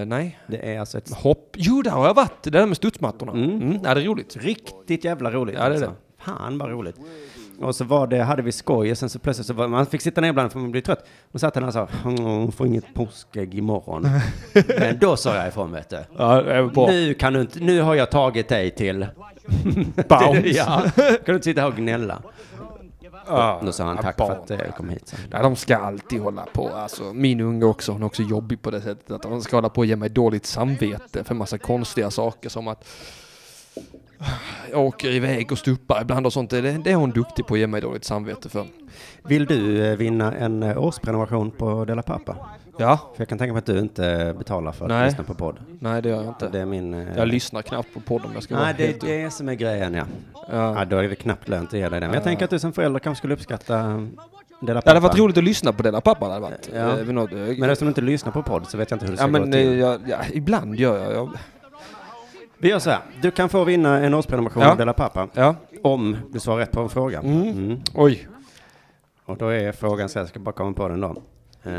Speaker 3: Eh, nej.
Speaker 1: Det är alltså ett
Speaker 3: Hopp. Jo, där har jag varit. Det där med studsmattorna. Mm. Ja, det är roligt.
Speaker 1: Riktigt jävla roligt.
Speaker 3: Ja, det är
Speaker 1: alltså. Fan vad roligt. Och så var det, hade vi skoj och sen så plötsligt så var, man fick sitta ner ibland för man blev trött. Och satt han och sa, hon får inget påskägg imorgon. Men då sa jag ifrån vet du.
Speaker 3: Ja, det är bra.
Speaker 1: Nu kan du inte, nu har jag tagit dig till...
Speaker 3: Bounce.
Speaker 1: ja, kan du inte sitta här och gnälla.
Speaker 3: Ja,
Speaker 1: Då sa han
Speaker 3: ja,
Speaker 1: tack
Speaker 3: barn.
Speaker 1: för att eh, jag kom hit. Så.
Speaker 3: Nej, de ska alltid hålla på. Alltså, min unge också, hon är också jobbig på det sättet att de ska hålla på och ge mig dåligt samvete för massa konstiga saker som att jag åker iväg och stupar ibland och sånt. Det, det är hon duktig på att ge mig dåligt samvete för.
Speaker 1: Vill du eh, vinna en eh, årsprenumeration på Dela Pappa?
Speaker 3: Ja,
Speaker 1: För jag kan tänka mig att du inte eh, betalar för att
Speaker 3: Nej.
Speaker 1: lyssna på podd.
Speaker 3: nej det gör jag inte.
Speaker 1: Det är min... eh,
Speaker 3: Jag lyssnar knappt på podden om jag ska vara
Speaker 1: Nej, det
Speaker 3: helt...
Speaker 1: är det som är grejen ja.
Speaker 3: Ja.
Speaker 1: Ja, då är det knappt lönt att ge dig den. Men jag tänker att du som förälder kanske skulle uppskatta Dela
Speaker 3: Det
Speaker 1: Pappa.
Speaker 3: hade varit roligt att lyssna på Della Pappa. Det hade varit.
Speaker 1: Ja.
Speaker 3: Eh, vid något- eh,
Speaker 1: Men eftersom du inte lyssnar på podd så vet jag inte hur det ska gå
Speaker 3: ja, men eh,
Speaker 1: till.
Speaker 3: jag, ja, ibland gör jag. jag
Speaker 1: Vi gör så här. Du kan få vinna en årsprenumeration
Speaker 3: Ja.
Speaker 1: av Dela Pappa.
Speaker 3: ja.
Speaker 1: Om du svarar rätt på en fråga. Mm.
Speaker 3: Oj,
Speaker 1: Och då är frågan så här, jag ska bara komma på den då.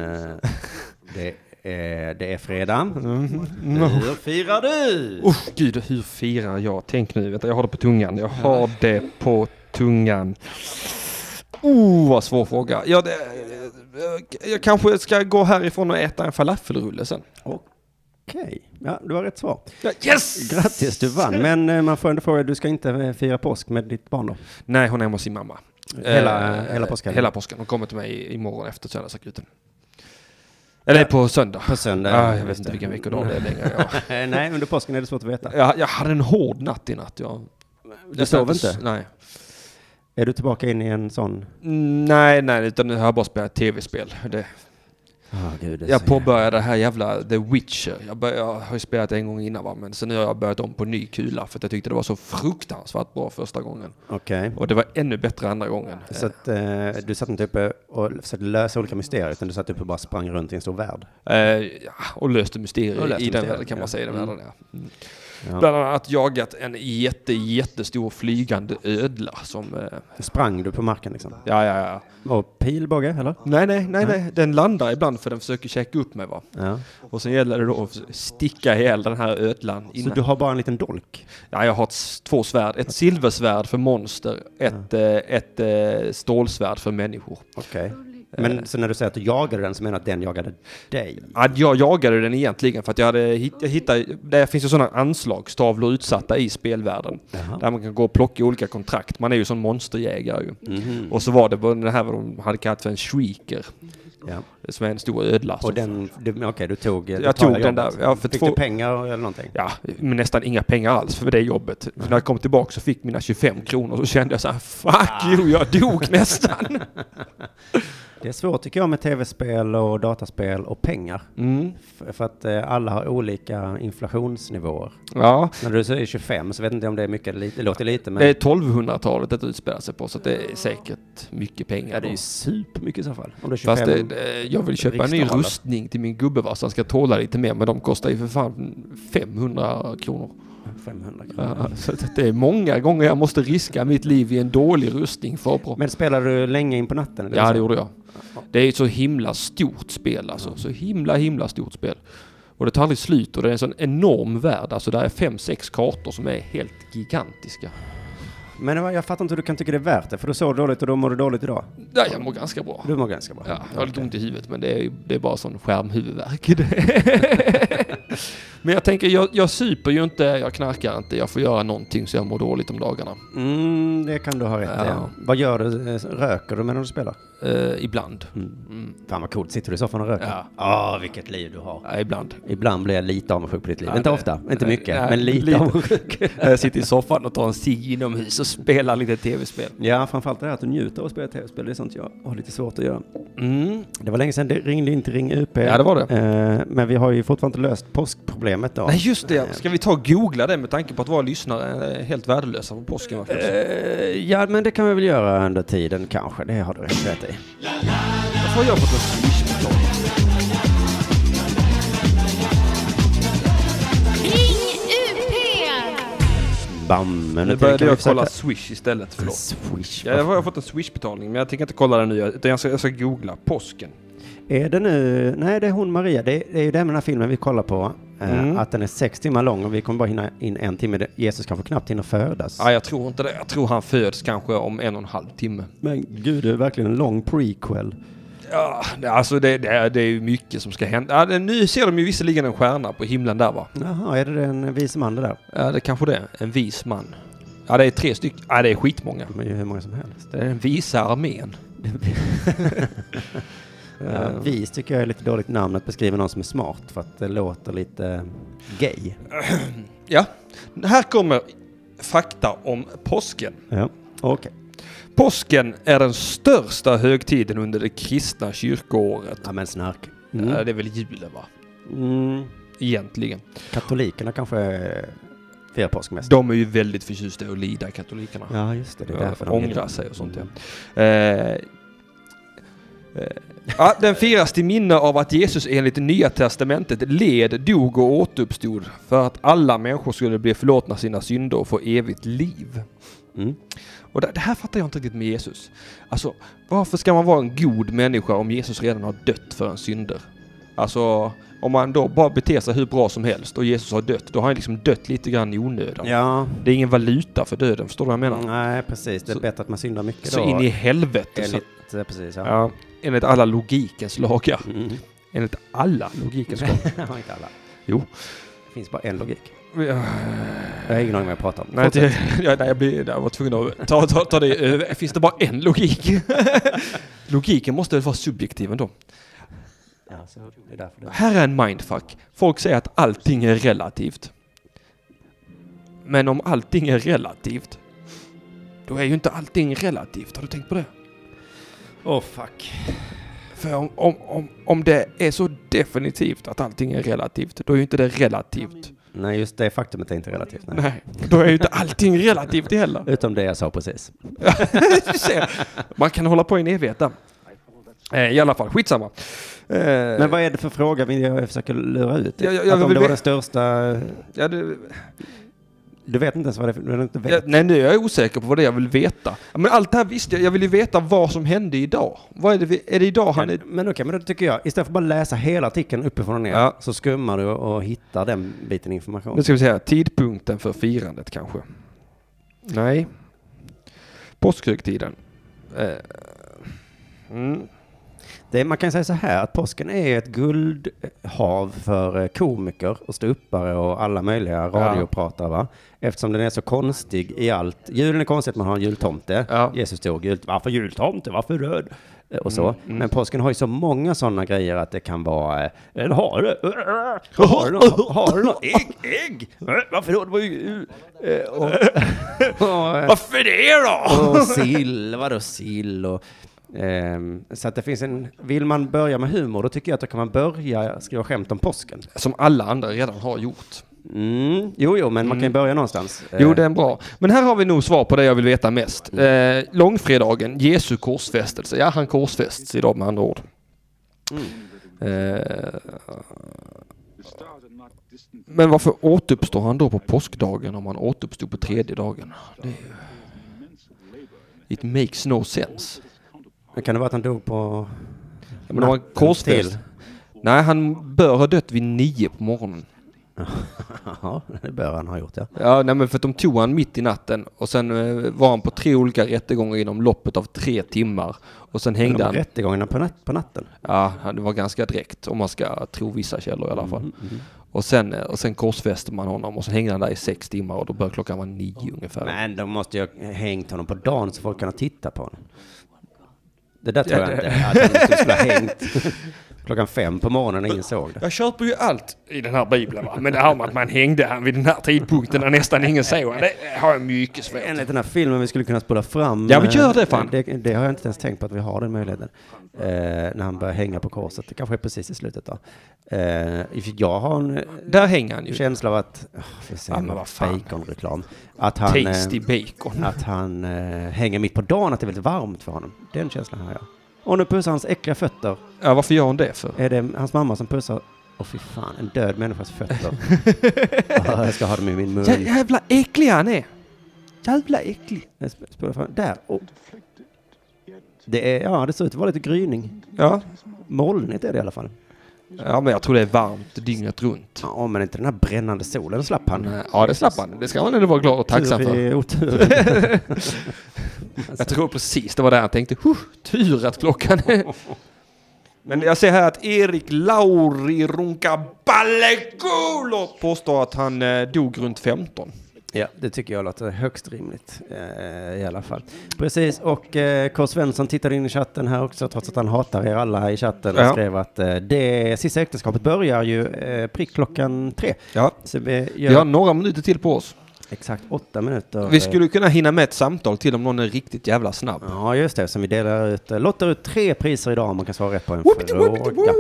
Speaker 1: Eh, det, är, det är fredag.
Speaker 3: Mm.
Speaker 1: Mm. Hur firar du?
Speaker 3: Usch, gud, hur firar jag? Tänk nu, vänta, jag har det på tungan. Jag har det på tungan. Oh, vad svår fråga. Jag, det, jag, jag kanske ska gå härifrån och äta en falafelrulle sen.
Speaker 1: Okej, ja, du har rätt svar.
Speaker 3: Ja, Yes!
Speaker 1: Grattis, du vann. Men eh, man får ändå fråga, du ska inte eh, fira påsk med ditt barn då?
Speaker 3: Nej, hon är hemma hos sin mamma. Eh,
Speaker 1: Hela- hela påsken?
Speaker 3: Hela påsken. Hon kommer till mig imorgon efter söndagsakuten. Eller på söndag.
Speaker 1: På söndag,
Speaker 3: Ja, Ah, jag
Speaker 1: just
Speaker 3: vet inte
Speaker 1: det.
Speaker 3: vilken veckodag det är längre. Jag,
Speaker 1: Eh, Nej, under påsken är det svårt att veta.
Speaker 3: jag, jag hade en hård natt i natt. Jag,
Speaker 1: Du sov inte?
Speaker 3: Nej. Mm,
Speaker 1: Är du tillbaka in i en sån?
Speaker 3: Nej, nej, utan nu har jag bara spelat tv-spel. Det,
Speaker 1: Oh, gud, det är så-
Speaker 3: Jag påbörjade det här jävla The Witcher. Jag, bör, jag har ju spelat en gång innan va, men sen har jag börjat om på ny kula för att jag tyckte det var så fruktansvärt bra första gången.
Speaker 1: Okej.
Speaker 3: Och det var ännu bättre andra gången.
Speaker 1: Så att, eh, du satt inte uppe och försökte lösa olika mysterier, utan du satt uppe och bara sprang runt i en stor värld.
Speaker 3: Eh, ja, och löste mysterier
Speaker 1: Och löste
Speaker 3: i den
Speaker 1: mysterier,
Speaker 3: världen kan man
Speaker 1: ja.
Speaker 3: säga. i Den
Speaker 1: Mm.
Speaker 3: världen, ja. Mm.
Speaker 1: Ja.
Speaker 3: Bland annat jagat en jätte, jättestor flygande ödla som... Eh,
Speaker 1: Sprang du på marken liksom?
Speaker 3: ja, ja, ja. Mm.
Speaker 1: Och pilbåge, eller?
Speaker 3: Nej, nej, nej, nej. Den landar ibland för den försöker käka upp mig va.
Speaker 1: Ja.
Speaker 3: Och sen gäller det då att sticka ihjäl den här ödlan
Speaker 1: Så
Speaker 3: innan.
Speaker 1: du har bara en liten dolk?
Speaker 3: Ja, jag har ett, s- två svärd. Ett silversvärd för monster, ett, eh, ett eh, stålsvärd för människor.
Speaker 1: Okej. Men så när du säger att du jagade den så menar du att den jagade dig?
Speaker 3: Ja, Jag jagade den egentligen för att jag hade hitt, jag hittade, där finns ju sådana anslagstavlor utsatta i spelvärlden. Där man kan gå och plocka olika kontrakt. Man är ju som monsterjägare ju.
Speaker 1: Mhm.
Speaker 3: Och så var det på den här vad de hade kallat för en shrieker.
Speaker 1: Ja.
Speaker 3: Som är en stor ödla.
Speaker 1: Och
Speaker 3: som-
Speaker 1: den, du, okej du tog... eh,
Speaker 3: Jag
Speaker 1: du tar
Speaker 3: tog den
Speaker 1: jobbet.
Speaker 3: där, ja, för
Speaker 1: Fick
Speaker 3: två-
Speaker 1: du pengar eller någonting?
Speaker 3: Ja, men nästan inga pengar alls för det jobbet. Så när jag kom tillbaka så fick mina 25 kronor så kände jag så här,
Speaker 1: Ah."
Speaker 3: fuck you, jag dog nästan.
Speaker 1: Det är svårt tycker jag med tv-spel och dataspel och pengar.
Speaker 3: Mm.
Speaker 1: F- För att eh, alla har olika inflationsnivåer.
Speaker 3: Ja,
Speaker 1: När du säger 25 så vet jag inte om det är mycket eller lite. Det låter lite men...
Speaker 3: Det är 1200-talet Eh, det utspelar sig på, så att det är säkert mycket pengar.
Speaker 1: Ja, det är ju
Speaker 3: då.
Speaker 1: supermycket i så fall. Om det är 25.
Speaker 3: Fast det, det, jag vill köpa en ny
Speaker 1: riksdaler.
Speaker 3: rustning till min gubbe va, så han ska tåla lite mer, men de kostar ju för fan 500 kronor.
Speaker 1: 500 kronor.
Speaker 3: Ja, så att det är många gånger jag måste riska mitt liv i en dålig rustning för att bra.
Speaker 1: Men spelar du länge in på natten? eller
Speaker 3: Ja,
Speaker 1: så?
Speaker 3: det gjorde jag. Det är ett så himla stort spel alltså. Så himla, himla stort spel. Och det tar aldrig slut och det är en sån enorm värld. Alltså där är fem, sex kartor som är helt gigantiska.
Speaker 1: Men det var- jag fattar inte hur du kan tycka det är värt det, för du sov dåligt och då mår du dåligt idag.
Speaker 3: Där jag mår ganska bra.
Speaker 1: Du mår ganska bra.
Speaker 3: Ja, jag har lite ont i huvudet men det är, det är bara sån skärmhuvudvärk. Men jag tänker, jag, jag super ju inte, jag knarkar inte, jag får göra någonting så jag mår dåligt om dagarna.
Speaker 1: Mm, det kan du ha rätt i.
Speaker 3: Ja.
Speaker 1: Vad gör du? Eh, Röker du medan du spelar?
Speaker 3: Eh, ibland.
Speaker 1: Fan vad coolt, sitter du i soffan och röker?
Speaker 3: Ja.
Speaker 1: Ah, vilket liv du har.
Speaker 3: Ja, ibland.
Speaker 1: Ibland blir jag lite avundsjuk på ditt liv. inte
Speaker 3: det-
Speaker 1: ofta, inte
Speaker 3: nej,
Speaker 1: mycket,
Speaker 3: nej,
Speaker 1: men lite,
Speaker 3: lite.
Speaker 1: avundsjuk.
Speaker 3: Jag sitter i soffan och tar en cigg inomhus och spelar lite tv-spel.
Speaker 1: Ja, framförallt det här att du njuter av att spela tv-spel, det är sånt jag har lite svårt att göra.
Speaker 3: Mm.
Speaker 1: Det var länge sedan det ringde inte Ring UP.
Speaker 3: Ja, det var det.
Speaker 1: Eh, men vi har ju fortfarande inte löst påskproblemet då.
Speaker 3: Nej just det, ska vi ta och googla det med tanke på att våra lyssnare är helt värdelösa på påsken? va, kanske?
Speaker 1: Eh, ja, men det kan vi väl göra under tiden kanske. Det har du rätt rätt i.
Speaker 3: Mm. Varför har jag fått en swish
Speaker 2: Ring UP!
Speaker 1: Bam!
Speaker 3: Nu började jag kolla swish istället, förlåt.
Speaker 1: Swish.
Speaker 3: Ja, jag har fått en swishbetalning men jag tänker inte kolla den nu, utan jag ska, jag ska googla påsken.
Speaker 1: Är det nu... Nej, det är hon Maria. Det, det är ju det med den här filmen vi kollar på. eh,
Speaker 3: Mm.
Speaker 1: Att den är sex timmar lång och vi kommer bara hinna in en timme. Det- Jesus kanske knappt hinner födas.
Speaker 3: Nej jag tror inte det, jag tror han föds kanske om en och en halv timme.
Speaker 1: Men gud, det är verkligen en lång prequel.
Speaker 3: Ja, det- alltså det, det, är- det är ju mycket som ska hända. Ja, det- nu ser de ju visserligen en stjärna på himlen där va?
Speaker 1: Jaha, är det den vise man det där?
Speaker 3: Ja, det kanske det. är. En vis man. Ja, det är tre stycken. Ja, det är skitmånga.
Speaker 1: De är ju hur många som helst.
Speaker 3: Det är den visa armén. Eh.
Speaker 1: Ja. Vis tycker jag är lite dåligt namn att beskriva någon som är smart för att det låter lite gay.
Speaker 3: Ja, här kommer fakta om påsken.
Speaker 1: Ja, okej.
Speaker 3: Påsken är den största högtiden under det kristna kyrkoåret.
Speaker 1: Ja, men snark.
Speaker 3: Ja,
Speaker 1: Mm.
Speaker 3: det är väl julen va?
Speaker 1: Mm.
Speaker 3: Egentligen.
Speaker 1: Katolikerna kanske eh, firar påsk mest.
Speaker 3: De är ju väldigt förtjusta i att lida, katolikerna.
Speaker 1: Ja, just det. Det är
Speaker 3: Ja,
Speaker 1: därför de
Speaker 3: ångra sig och sånt ja. Eh, eh, ja, den firas till minne av att Jesus enligt Nya Testamentet led, dog och återuppstod för att alla människor skulle bli förlåtna sina synder och få evigt liv.
Speaker 1: Mm.
Speaker 3: Och det, det här fattar jag inte riktigt med Jesus. Alltså, varför ska man vara en god människa om Jesus redan har dött för en synder? Alltså, om man då bara beter sig hur bra som helst och Jesus har dött, då har han liksom dött lite grann i onödan.
Speaker 1: Ja,
Speaker 3: Det är ingen valuta för döden, förstår du vad jag menar?
Speaker 1: nej precis. Det är
Speaker 3: Så-
Speaker 1: bättre att man syndar mycket
Speaker 3: Mm. Så
Speaker 1: då.
Speaker 3: in i helvete. Så,
Speaker 1: Enligt, eh, precis, ja.
Speaker 3: ja, enligt alla logikens lagar.
Speaker 1: Mm.
Speaker 3: Enligt alla logikens lagar.
Speaker 1: Ja, inte alla.
Speaker 3: Jo.
Speaker 1: Det finns bara en logik.
Speaker 3: Ja,
Speaker 1: Jag har ingen aning vad jag pratar om.
Speaker 3: Nej,
Speaker 1: Fortsätt.
Speaker 3: det, ja, nej jag, blir, jag var tvungen att ta, ta, ta det. över. Finns det bara en logik? Logiken måste väl vara subjektiv ändå.
Speaker 1: Ja, så det är därför det...
Speaker 3: Här är en mindfuck. Folk säger att allting är relativt. Men om allting är relativt, då är ju inte allting relativt. Har du tänkt på det?
Speaker 1: Åh, oh, fuck.
Speaker 3: För om, om, om, om det är så definitivt att allting är relativt, då är ju inte det relativt.
Speaker 1: Nej, just det faktumet är inte relativt. Nej.
Speaker 3: Nej, då är ju inte allting relativt heller.
Speaker 1: Utom det jag sa precis.
Speaker 3: Du ser, Man kan hålla på i en evighet där. Eh, I alla fall, skitsamma. Eh,
Speaker 1: Men vad är det för fråga vi jag försöker lura ut?
Speaker 3: Ja, ja,
Speaker 1: att
Speaker 3: jag
Speaker 1: om
Speaker 3: vill
Speaker 1: det var
Speaker 3: ve-
Speaker 1: den största...
Speaker 3: ja, det,
Speaker 1: Du vet inte ens vad det är, du inte vet.
Speaker 3: ja, nej, nu är jag osäker på vad det är jag vill veta. Ja, Men allt det här visste jag. Jag vill ju veta vad som hände idag. Vad är det, vi- är det idag han
Speaker 1: men,
Speaker 3: är...
Speaker 1: men okej, men då tycker jag, istället för bara läsa hela artikeln uppifrån och ner,
Speaker 3: Ja.
Speaker 1: så skummar du och hittar den biten information.
Speaker 3: Nu ska vi se här, tidpunkten för firandet kanske. Nej. Påskhögtiden. Eh, mm.
Speaker 1: Det, man kan säga så här, att påsken är ett guldhav för eh, komiker och ståuppare och alla möjliga radiopratare, va? Eftersom den är så konstig i allt. Julen är konstigt att man har en jultomte.
Speaker 3: Ja.
Speaker 1: Jesus stod jul, varför jultomte, varför röd? Eh, Och så. Men påsken har ju så många sådana grejer att det kan vara eh, en hare. Eh, eh, Har du något? Har du något? Ägg? Ägg? Eh, Varför då? Det var ju... eh, och- och, eh,
Speaker 3: Varför det då?
Speaker 1: och sill, vadå sill och... ehm, så att det finns en... Vill man börja med humor, då tycker jag att då kan man börja skriva skämt om påsken.
Speaker 3: Som alla andra redan har gjort.
Speaker 1: Mm, jo, jo, men man kan ju börja någonstans.
Speaker 3: Jo,
Speaker 1: Eh,
Speaker 3: det är en bra. Men här har vi nog svar på det jag vill veta mest.
Speaker 1: Mm.
Speaker 3: Eh, långfredagen, Jesu korsfästelse. Ja, han korsfästs idag med andra ord.
Speaker 1: Mm.
Speaker 3: Eh, men varför återuppstår han då på påskdagen om han återuppstod på tredje dagen? Det är ju... It makes no sense.
Speaker 1: Men Kan det vara att han dog på...
Speaker 3: Ja, Men om han
Speaker 1: Natten
Speaker 3: korsfäst...
Speaker 1: till.
Speaker 3: Nej, han bör ha dött vid nio på morgonen.
Speaker 1: ja, det bör han ha gjort ja.
Speaker 3: Ja, nej, men för att de tog han mitt i natten och sen eh, var han på tre olika rättegångar inom loppet av tre timmar. Och sen hängde
Speaker 1: De
Speaker 3: han.
Speaker 1: rättegångarna på, nat- på natten.
Speaker 3: Ja, det var ganska direkt om man ska tro vissa källor i alla fall.
Speaker 1: Mm,
Speaker 3: Och sen, eh, och sen korsfäste man honom och sen hängde han där i sex timmar och då började klockan vara nio ungefär.
Speaker 1: Men de måste ju ha hängt honom på dagen så folk kan ha tittat på honom. Det där tror jag inte. Att han skulle ha hängt klockan fem på morgonen och ingen såg det.
Speaker 6: Jag köper ju allt i den här bibeln va? men det här med att man hängde han vid den här tidpunkten när nästan ingen såg honom, det har jag mycket svårt.
Speaker 1: Enligt den här filmen vi skulle kunna spola fram.
Speaker 3: Ja, men gör det,
Speaker 1: eh,
Speaker 3: fan.
Speaker 1: Det, det har jag inte ens tänkt på att vi har den möjligheten. Eh, när han börjar hänga på korset. Det kanske är precis i slutet då. Eh, jag har en eh,
Speaker 3: Där hänger han ju.
Speaker 1: känsla av att... Oh, vi ser
Speaker 3: Ja, men
Speaker 1: någon
Speaker 3: vad fan.
Speaker 1: Baconreklam. Att han... eh,
Speaker 3: Tasty bacon.
Speaker 1: Att han eh, hänger mitt på dagen, att det är väldigt varmt för honom. Den känslan har jag. Och nu pussar hans äckliga fötter.
Speaker 3: Ja, varför gör hon det för?
Speaker 1: Är det hans mamma som pussar? Åh fy fan, en död människas fötter. Ah, jag ska ha dem i min mun.
Speaker 3: Jä- Jävla äcklig han är! Jävla äcklig!
Speaker 1: Jag sp- spolar fram. Där! Och. Det är, ja, det ser ut att vara lite gryning.
Speaker 3: Ja.
Speaker 1: Molnigt är det i alla fall.
Speaker 3: ja, men jag tror det är varmt dygnet runt.
Speaker 1: Ja, men inte den här brännande solen slapp han.
Speaker 3: Nej, Ja, det slapp han. Det ska man ändå vara glad och tacksam
Speaker 1: Tur
Speaker 3: för.
Speaker 1: i otur.
Speaker 3: Jag tror precis det var där han tänkte. Huh, tur att klockan är... Men jag ser här att Erik Lauri Runkaballekulo påstår att han eh, dog runt 15.
Speaker 1: Ja, det tycker jag låter högst rimligt eh, i alla fall. Precis, och eh, K. Svensson tittade in i chatten här också, trots att han hatar er alla här i chatten. Och
Speaker 3: Ja.
Speaker 1: skrev att eh, det sista äktenskapet börjar ju eh, prick klockan tre.
Speaker 3: Ja.
Speaker 1: Så vi gör
Speaker 3: Vi har några minuter till på oss.
Speaker 1: exakt åtta minuter.
Speaker 3: Vi skulle kunna hinna med ett samtal till om någon är riktigt jävla snabb.
Speaker 1: Ja, just det. Som vi delar ut, eh, lottar ut tre priser idag om man kan svara rätt på en fråga.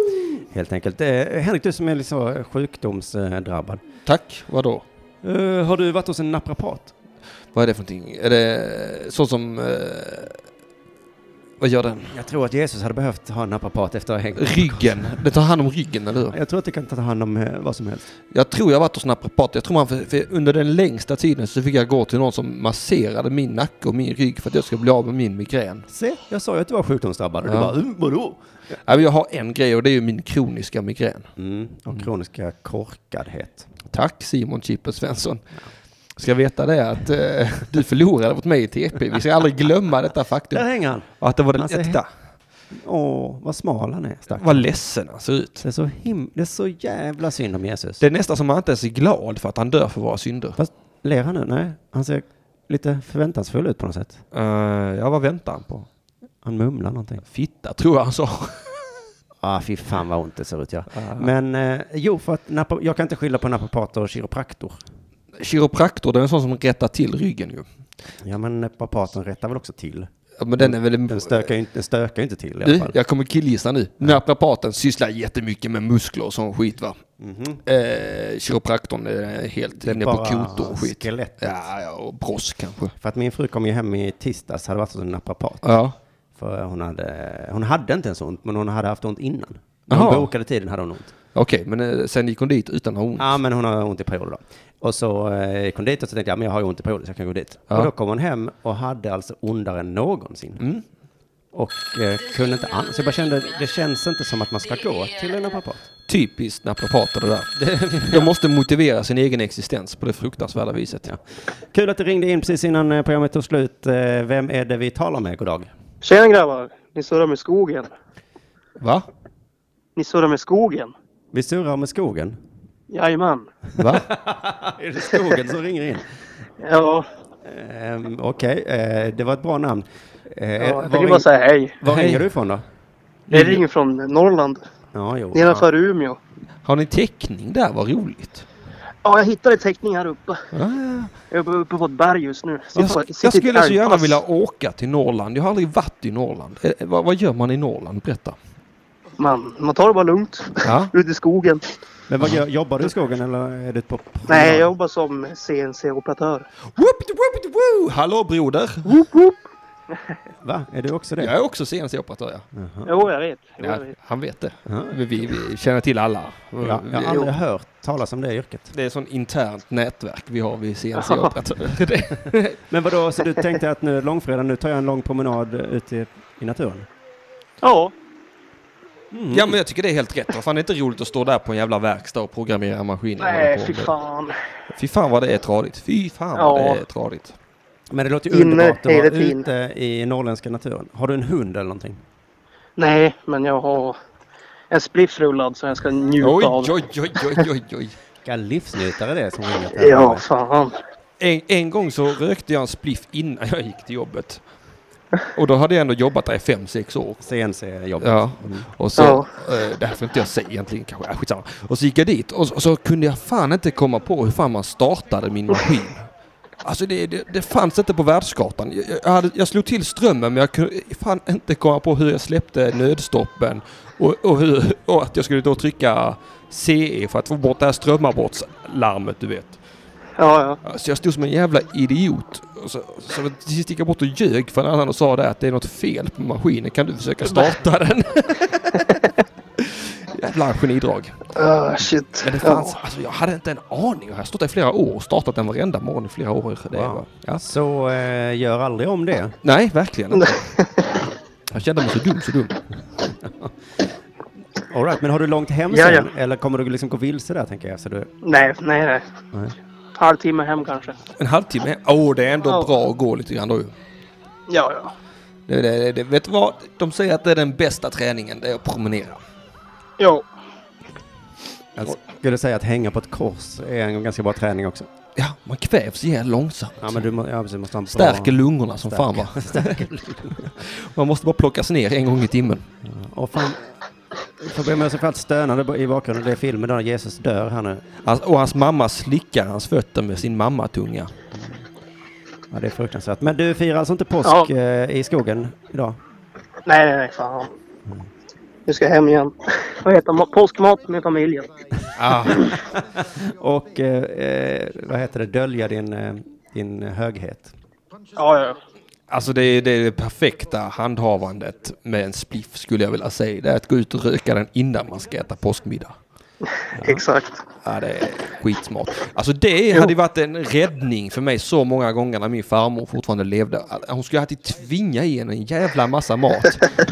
Speaker 1: Helt enkelt. Eh, Henrik, du som är liksom sjukdomsdrabbad.
Speaker 3: Tack, vadå?
Speaker 1: Eh, har du varit hos en naprapat?
Speaker 3: Vad är det för någonting? Är det så som... Eh, vad gör den?
Speaker 1: Jag tror att Jesus hade behövt ha en naprapat efter att ha hängt.
Speaker 3: Ryggen. Det tar hand om ryggen, eller hur?
Speaker 1: Jag tror att du kan ta hand om eh, vad som helst.
Speaker 3: Jag tror jag varit hos naprapat. Jag tror man, för, för under den längsta tiden så fick jag gå till någon som masserade min nacke och min rygg för att jag skulle bli av med min migrän.
Speaker 1: Se, jag sa ju att du var sjukdomsdrabbad. Och
Speaker 3: Ja.
Speaker 1: du bara, "Mm, vadå?
Speaker 3: Ja, men Jag har en grej och det är ju min kroniska migrän.
Speaker 1: Mm, och kroniska korkadhet.
Speaker 3: Tack Simon Chippen Svensson. Ska veta det att eh, du förlorade mot mig i TP. Vi ska aldrig glömma detta
Speaker 1: Där
Speaker 3: faktum.
Speaker 1: hänger han.
Speaker 3: Och att det var den
Speaker 1: Alltså,
Speaker 3: äkta.
Speaker 1: Åh, vad smal han är. Stack.
Speaker 3: Vad ledsen han ser ut.
Speaker 1: Det, är så him- det är så jävla synd om Jesus.
Speaker 3: Det är nästan som man inte ens är glad för att han dör för våra synder.
Speaker 1: Fast, ler han nu? Nej, han ser lite förväntansfull ut på något sätt.
Speaker 3: Uh, ja, vad väntar han på?
Speaker 1: Han mumlar någonting.
Speaker 3: Fitta, tror jag han sa.
Speaker 1: Ah, fy fan vad ont det ser ut ja. Men eh, jo, för att napa- jag kan inte skilja på naprapater och kiropraktor.
Speaker 3: Kiropraktor, det är en sån som rättar till ryggen ju.
Speaker 1: Ja, men naprapaten rättar väl också till.
Speaker 3: Ja, men den är väl...
Speaker 1: Den stökar ju inte, den stökar ju inte till i alla
Speaker 3: Du,
Speaker 1: fall.
Speaker 3: jag kommer killgissa nu. Naprapaten sysslar jättemycket med muskler och sån skit va. Eh, kiropraktorn är helt inne på
Speaker 1: bara
Speaker 3: kotor och skit.
Speaker 1: skelettet.
Speaker 3: Ja, ja, och bross kanske.
Speaker 1: För att min fru kom ju hem i tisdags, hade varit hos en naprapat.
Speaker 3: Ja.
Speaker 1: För hon hade, hon hade inte ens ont, men hon hade haft ont innan. När
Speaker 3: Jaha.
Speaker 1: hon bokade tiden hade hon ont.
Speaker 3: Okej, men eh, sen gick hon dit utan att ha ont.
Speaker 1: Ja, men hon har ont i perioder då. Och så eh, gick hon dit och så tänkte jag, men jag har ju ont i perioder så jag kan gå dit.
Speaker 3: Ja.
Speaker 1: Och då kom hon hem och hade alltså ondare än någonsin. Och eh, kunde inte annars. Så jag bara kände, det känns inte som att man ska gå till en naprapat.
Speaker 3: Typiskt naprapater det där. De måste motivera sin egen existens på det fruktansvärda viset. Ja.
Speaker 1: Kul att du ringde in precis innan eh, programmet tog slut. Eh, Vem är det vi talar med? God dag.
Speaker 7: Tjena grabbar! Ni surrar med skogen.
Speaker 3: Va?
Speaker 7: Ni surrar med skogen.
Speaker 1: Vi surrar med skogen.
Speaker 7: Jajamän.
Speaker 3: Va?
Speaker 1: Är det skogen som ringer in?
Speaker 7: Ja,
Speaker 1: Ehm, Okej, eh, det var ett bra namn. Eh,
Speaker 7: ja
Speaker 1: var
Speaker 7: jag tänkte
Speaker 1: ring-
Speaker 7: bara säga hej.
Speaker 1: Var
Speaker 3: Hej.
Speaker 1: ringer du ifrån då?
Speaker 7: Jag
Speaker 3: Mm.
Speaker 7: ringer från Norrland,
Speaker 1: Ja, jo.
Speaker 7: nedanför Umeå.
Speaker 3: Har ni täckning där? Vad roligt.
Speaker 7: Ja, jag hittade täckning här uppe.
Speaker 3: Ah.
Speaker 7: Jag är uppe, uppe på ett berg just nu. Sitter-
Speaker 3: Jag,
Speaker 7: sitter i
Speaker 3: jag
Speaker 7: ett
Speaker 3: skulle så gärna
Speaker 7: älgpass.
Speaker 3: vilja åka till Norrland. Jag har aldrig varit i Norrland. Eh, vad, vad gör man i Norrland? Berätta.
Speaker 7: Man, man tar det bara lugnt.
Speaker 3: Ja.
Speaker 7: Ut i skogen.
Speaker 1: Men vad gör, jobbar du i skogen eller är du på promenad?
Speaker 7: Nej, jag jobbar som CNC-operatör.
Speaker 3: Whoop, whoop, whoop. Hallå broder!
Speaker 1: Va? Är du också det?
Speaker 3: Jag är också CNC-operatör ja.
Speaker 7: Jo, jag vet. Jo, jag
Speaker 3: ja.
Speaker 7: vet.
Speaker 3: Han vet det.
Speaker 1: Ja.
Speaker 3: Vi, vi känner till alla.
Speaker 1: Ja, jag har
Speaker 3: Vi-
Speaker 1: aldrig hört talas om det yrket.
Speaker 3: Det är sån internt nätverk vi har vid CNC-operatörer. Det-
Speaker 1: Men vadå, så du tänkte att nu är långfredag, nu tar jag en lång promenad ute i, i naturen?
Speaker 7: Ja,
Speaker 3: Ja, men jag tycker det är helt rätt. Vad fan, det är inte roligt att stå där på en jävla verkstad och programmera maskiner. och hålla
Speaker 7: Nej,
Speaker 3: på
Speaker 7: fy
Speaker 3: med-
Speaker 7: fan.
Speaker 3: Fy fan vad det är tradigt. Fy fan vad
Speaker 7: Ja.
Speaker 3: det är tradigt.
Speaker 1: Men det låter ju
Speaker 7: Inne
Speaker 1: underbart att vara
Speaker 7: hela tiden.
Speaker 1: ute i norrländska naturen. Har du en hund eller någonting?
Speaker 7: Nej, men jag har en spliff rullad som jag ska njuta
Speaker 3: Oj,
Speaker 7: av.
Speaker 3: oj, oj, oj, oj, oj.
Speaker 1: Vilka livsnjutare det är som ringer på.
Speaker 7: Ja, fan.
Speaker 3: En, en gång så rökte jag en spliff innan jag gick till jobbet. Och då hade jag ändå jobbat där i fem, sex år.
Speaker 1: CNC-jobb.
Speaker 3: Ja, Mm. och så,
Speaker 7: Ja.
Speaker 3: eh, det här får inte jag säga egentligen kanske, äh, skitsamma. Och så gick jag dit och så, och så kunde jag fan inte komma på hur fan man startade min maskin. Alltså det, det, det fanns inte på världskartan. Jag, jag, hade, jag slog till strömmen men jag kunde fan inte komma på hur jag släppte nödstoppen och, och, hur, och att jag skulle då trycka CE för att få bort det här strömavbrottslarmet du vet.
Speaker 7: Ja, ja.
Speaker 3: Så Alltså, jag stod som en jävla idiot. Och så, så till sist gick jag bort och ljög för en annan och sa det att det är något fel på maskinen. Kan du försöka starta den? Jävla genidrag.
Speaker 7: Ah, shit.
Speaker 3: Men det fanns, alltså, jag hade inte en aning. Jag har stått där i flera år och startat den varenda morgon i flera år. Det var, ja.
Speaker 1: Så eh, gör aldrig om det.
Speaker 3: Nej, verkligen inte. Jag kände mig så dum, så dum.
Speaker 1: All right, men har du långt hem
Speaker 7: Ja,
Speaker 1: sen?
Speaker 7: ja.
Speaker 1: Eller kommer du liksom gå vilse där tänker jag? Så du...
Speaker 7: Ja. Nej, nej, nej.
Speaker 1: Nej.
Speaker 7: Halvtimme hem kanske.
Speaker 3: En halvtimme. Åh, det är ändå
Speaker 7: Ja.
Speaker 3: bra att gå lite grann då ju.
Speaker 7: Ja, ja.
Speaker 3: Det, det, det, vet du vad? De säger att det är den bästa träningen, det är att promenera.
Speaker 7: Jo.
Speaker 1: Jag skulle säga att hänga på ett kors är en ganska bra träning också.
Speaker 3: Ja, man kvävs ihjäl långsamt.
Speaker 1: Ja, men du må, ja, precis, måste ha en bra...
Speaker 3: Stärker lungorna som fan va? Man måste bara plockas ner en gång i timmen.
Speaker 1: Och fan, jag ber om ursäkt för allt stönande i bakgrunden. Det är filmen där Jesus dör här nu.
Speaker 3: Hans, och hans mamma slickar hans fötter med sin mammatunga.
Speaker 1: Ja, det är fruktansvärt. Men du firar alltså inte påsk
Speaker 7: Ja.
Speaker 1: eh, i skogen idag?
Speaker 7: Nej, nej, nej. Fan. Nu ska jag hem igen. Vad heter det? Påskmat med familjen.
Speaker 1: Och eh, eh, vad heter det, dölja din, eh, din höghet.
Speaker 7: Ja, ja.
Speaker 3: Alltså det är, det är det perfekta handhavandet med en spliff skulle jag vilja säga. Det är att gå ut och röka den innan man ska äta påskmiddag.
Speaker 7: Exakt.
Speaker 3: Ja, det är skitsmart. Alltså det hade ju varit en räddning för mig så många gånger när min farmor fortfarande levde. Att Hon skulle alltid tvinga i en en jävla massa mat.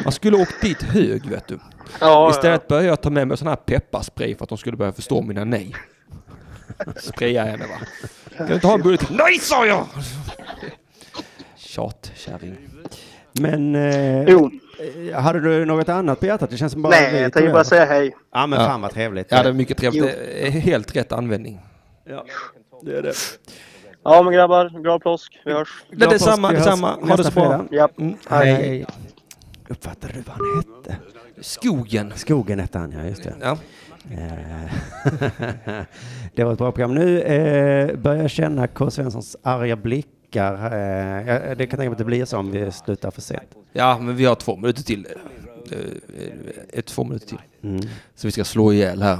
Speaker 3: Man skulle åkt dit hög vet du.
Speaker 7: Ja,
Speaker 3: Istället började jag ta med mig sån här pepparspray för att de skulle börja förstå mina nej. Spraya henne va. Kan du inte ha en budget? Nej sa jag! Tjat, kärring.
Speaker 1: Men eh,
Speaker 7: ja. Jo.
Speaker 1: eh, hade du något annat på hjärtat? Det känns som bara vi
Speaker 7: Nej, jag
Speaker 1: tog
Speaker 7: tänkte bara
Speaker 1: över.
Speaker 7: säga hej.
Speaker 1: Ja, men
Speaker 3: Ja.
Speaker 1: fan vad trevligt.
Speaker 3: Ja, det är mycket trevligt. Det är Helt rätt användning.
Speaker 1: Ja, det är det.
Speaker 7: Ja, men grabbar. Glad påsk. Vi hörs.
Speaker 3: Det är detsamma,
Speaker 1: Vi hörs
Speaker 3: detsamma. Ha det
Speaker 1: nästa
Speaker 3: så bra.
Speaker 1: fredag.
Speaker 7: Japp.
Speaker 3: Mm,
Speaker 7: Hej.
Speaker 3: hej.
Speaker 1: Uppfattade du vad han hette?
Speaker 3: Skogen.
Speaker 1: Skogen hette han, ja just det.
Speaker 3: Ja.
Speaker 1: Eh, det var ett bra program. Nu eh, börjar jag känna K. Svenssons arga blickar. Eh, jag- det kan jag tänka mig att det blir så om vi slutar för sent.
Speaker 3: ja, men vi har två minuter till. Eh, eh, Ett, två minuter till.
Speaker 1: Mm.
Speaker 3: Så vi ska slå ihjäl här.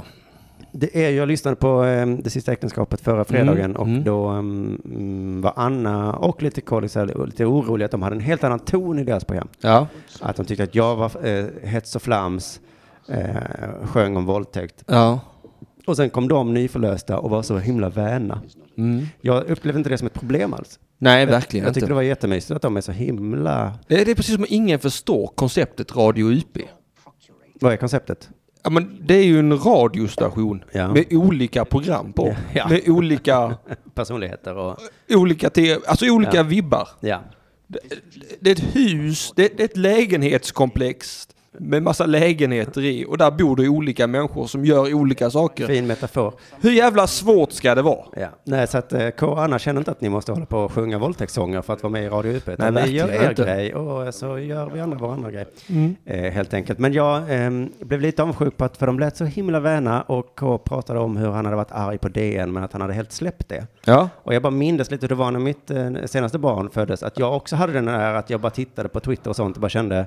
Speaker 1: Det är, jag lyssnade på eh, Det sista äktenskapet förra fredagen och
Speaker 3: mm.
Speaker 1: då mm, mm, var Anna och lite kollegor så här lite oroliga att de hade en helt annan ton i deras program.
Speaker 3: Ja.
Speaker 1: Att de tyckte att jag var eh, hets och flams, eh, sjöng om våldtäkt.
Speaker 3: Ja.
Speaker 1: Och sen kom de nyförlösta och var så himla väna.
Speaker 3: Mm.
Speaker 1: Jag upplevde inte det som ett problem alls.
Speaker 3: Nej, verkligen
Speaker 1: Jag tyckte det
Speaker 3: inte.
Speaker 1: var jättemysigt att de är så himla...
Speaker 3: Det det är precis som att ingen förstår konceptet Radio UP.
Speaker 1: Vad är konceptet?
Speaker 3: Ja, men det är ju en radiostation
Speaker 1: Ja.
Speaker 3: med olika program på.
Speaker 1: Ja.
Speaker 3: Med olika,
Speaker 1: Personligheter och...
Speaker 3: olika, te- alltså olika
Speaker 1: Ja.
Speaker 3: vibbar.
Speaker 1: Ja.
Speaker 3: Det är ett hus, det det är ett lägenhetskomplex med massa lägenheter i och där bor det olika människor som gör olika saker.
Speaker 1: Fin metafor.
Speaker 3: Hur jävla svårt ska det vara?
Speaker 1: Ja. Nej, så att eh, K och Anna känner inte att ni måste hålla på och sjunga våldtäktssånger för att vara med i Radio UP. utan
Speaker 3: Nej,
Speaker 1: ni gör
Speaker 3: verkligen
Speaker 1: er
Speaker 3: inte. Mm.
Speaker 1: grej och eh, så gör vi andra vår andra grej. Eh, helt enkelt. Men jag ehm, blev lite avundsjuk på att, för de lät så himla väna och K pratade om hur han hade varit arg på DN men att han hade helt släppt det.
Speaker 3: Ja.
Speaker 1: Och jag bara mindes lite hur det var när mitt eh, senaste barn föddes, att jag också hade den där att jag bara tittade på Twitter och sånt och bara kände,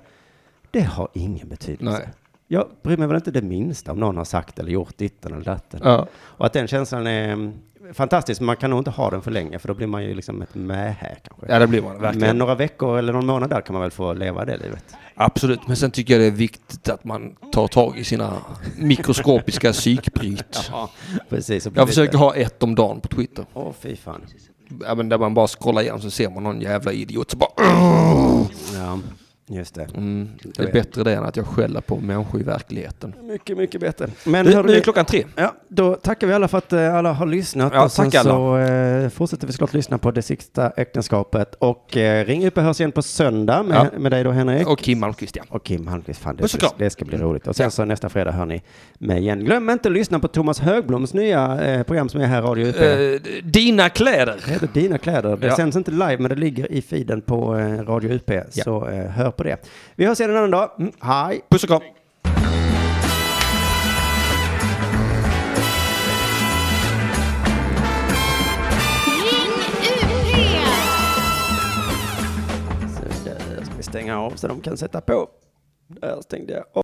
Speaker 1: det har ingen betydelse.
Speaker 3: Nej.
Speaker 1: Jag bryr mig väl inte det minsta om någon har sagt eller gjort ditten eller datten.
Speaker 3: Ja.
Speaker 1: Och att den känslan är mm, fantastisk, men man kan nog inte ha den för länge, för då blir man ju liksom ett mähä kanske.
Speaker 3: Ja, det blir man verkligen.
Speaker 1: men några veckor eller någon månad där kan man väl få leva det livet.
Speaker 3: Absolut, men sen tycker jag det är viktigt att man tar tag i sina mikroskopiska psykbryt.
Speaker 1: Ja, precis.
Speaker 3: Jag försöker ha ett om dagen på Twitter.
Speaker 1: Åh, fy fan.
Speaker 3: Ja, men där man bara scrollar igenom så ser man någon jävla idiot så bara
Speaker 1: Ja. Just det.
Speaker 3: Mm, det
Speaker 1: är det.
Speaker 3: är bättre det än att jag skäller på människor i verkligheten.
Speaker 1: Mycket, mycket bättre. Men
Speaker 3: Nu,
Speaker 1: hörru
Speaker 3: nu är
Speaker 1: ni-
Speaker 3: klockan tre.
Speaker 1: Ja, då tackar vi alla för att eh, alla har lyssnat.
Speaker 3: Ja,
Speaker 1: och sen
Speaker 3: tack alla.
Speaker 1: så eh, fortsätter vi såklart lyssna på Det sista äktenskapet. Och eh, ring upp och hörs igen på söndag med, med dig då Henrik.
Speaker 3: Och Kim Malmqvist, ja.
Speaker 1: Och Kim Halmqvist, fan det,
Speaker 3: Puss och Mm. kram.
Speaker 1: det ska bli roligt. Och sen så nästa fredag hör ni mig igen. Glöm inte att lyssna på Thomas Högbloms nya eh, program som är här, Radio UP.
Speaker 3: Eh, dina kläder.
Speaker 1: Det heter Dina kläder. Det
Speaker 3: Ja.
Speaker 1: sänds inte live, men det ligger i feeden på eh, Radio UP.
Speaker 3: Ja.
Speaker 1: Så eh, hör på det. Vi hörs igen en annan dag. Mm, hej!
Speaker 3: Puss och kram.
Speaker 2: Ring UP!
Speaker 1: eh, Så där ska vi stänga av så de kan sätta på. Där stängde jag av.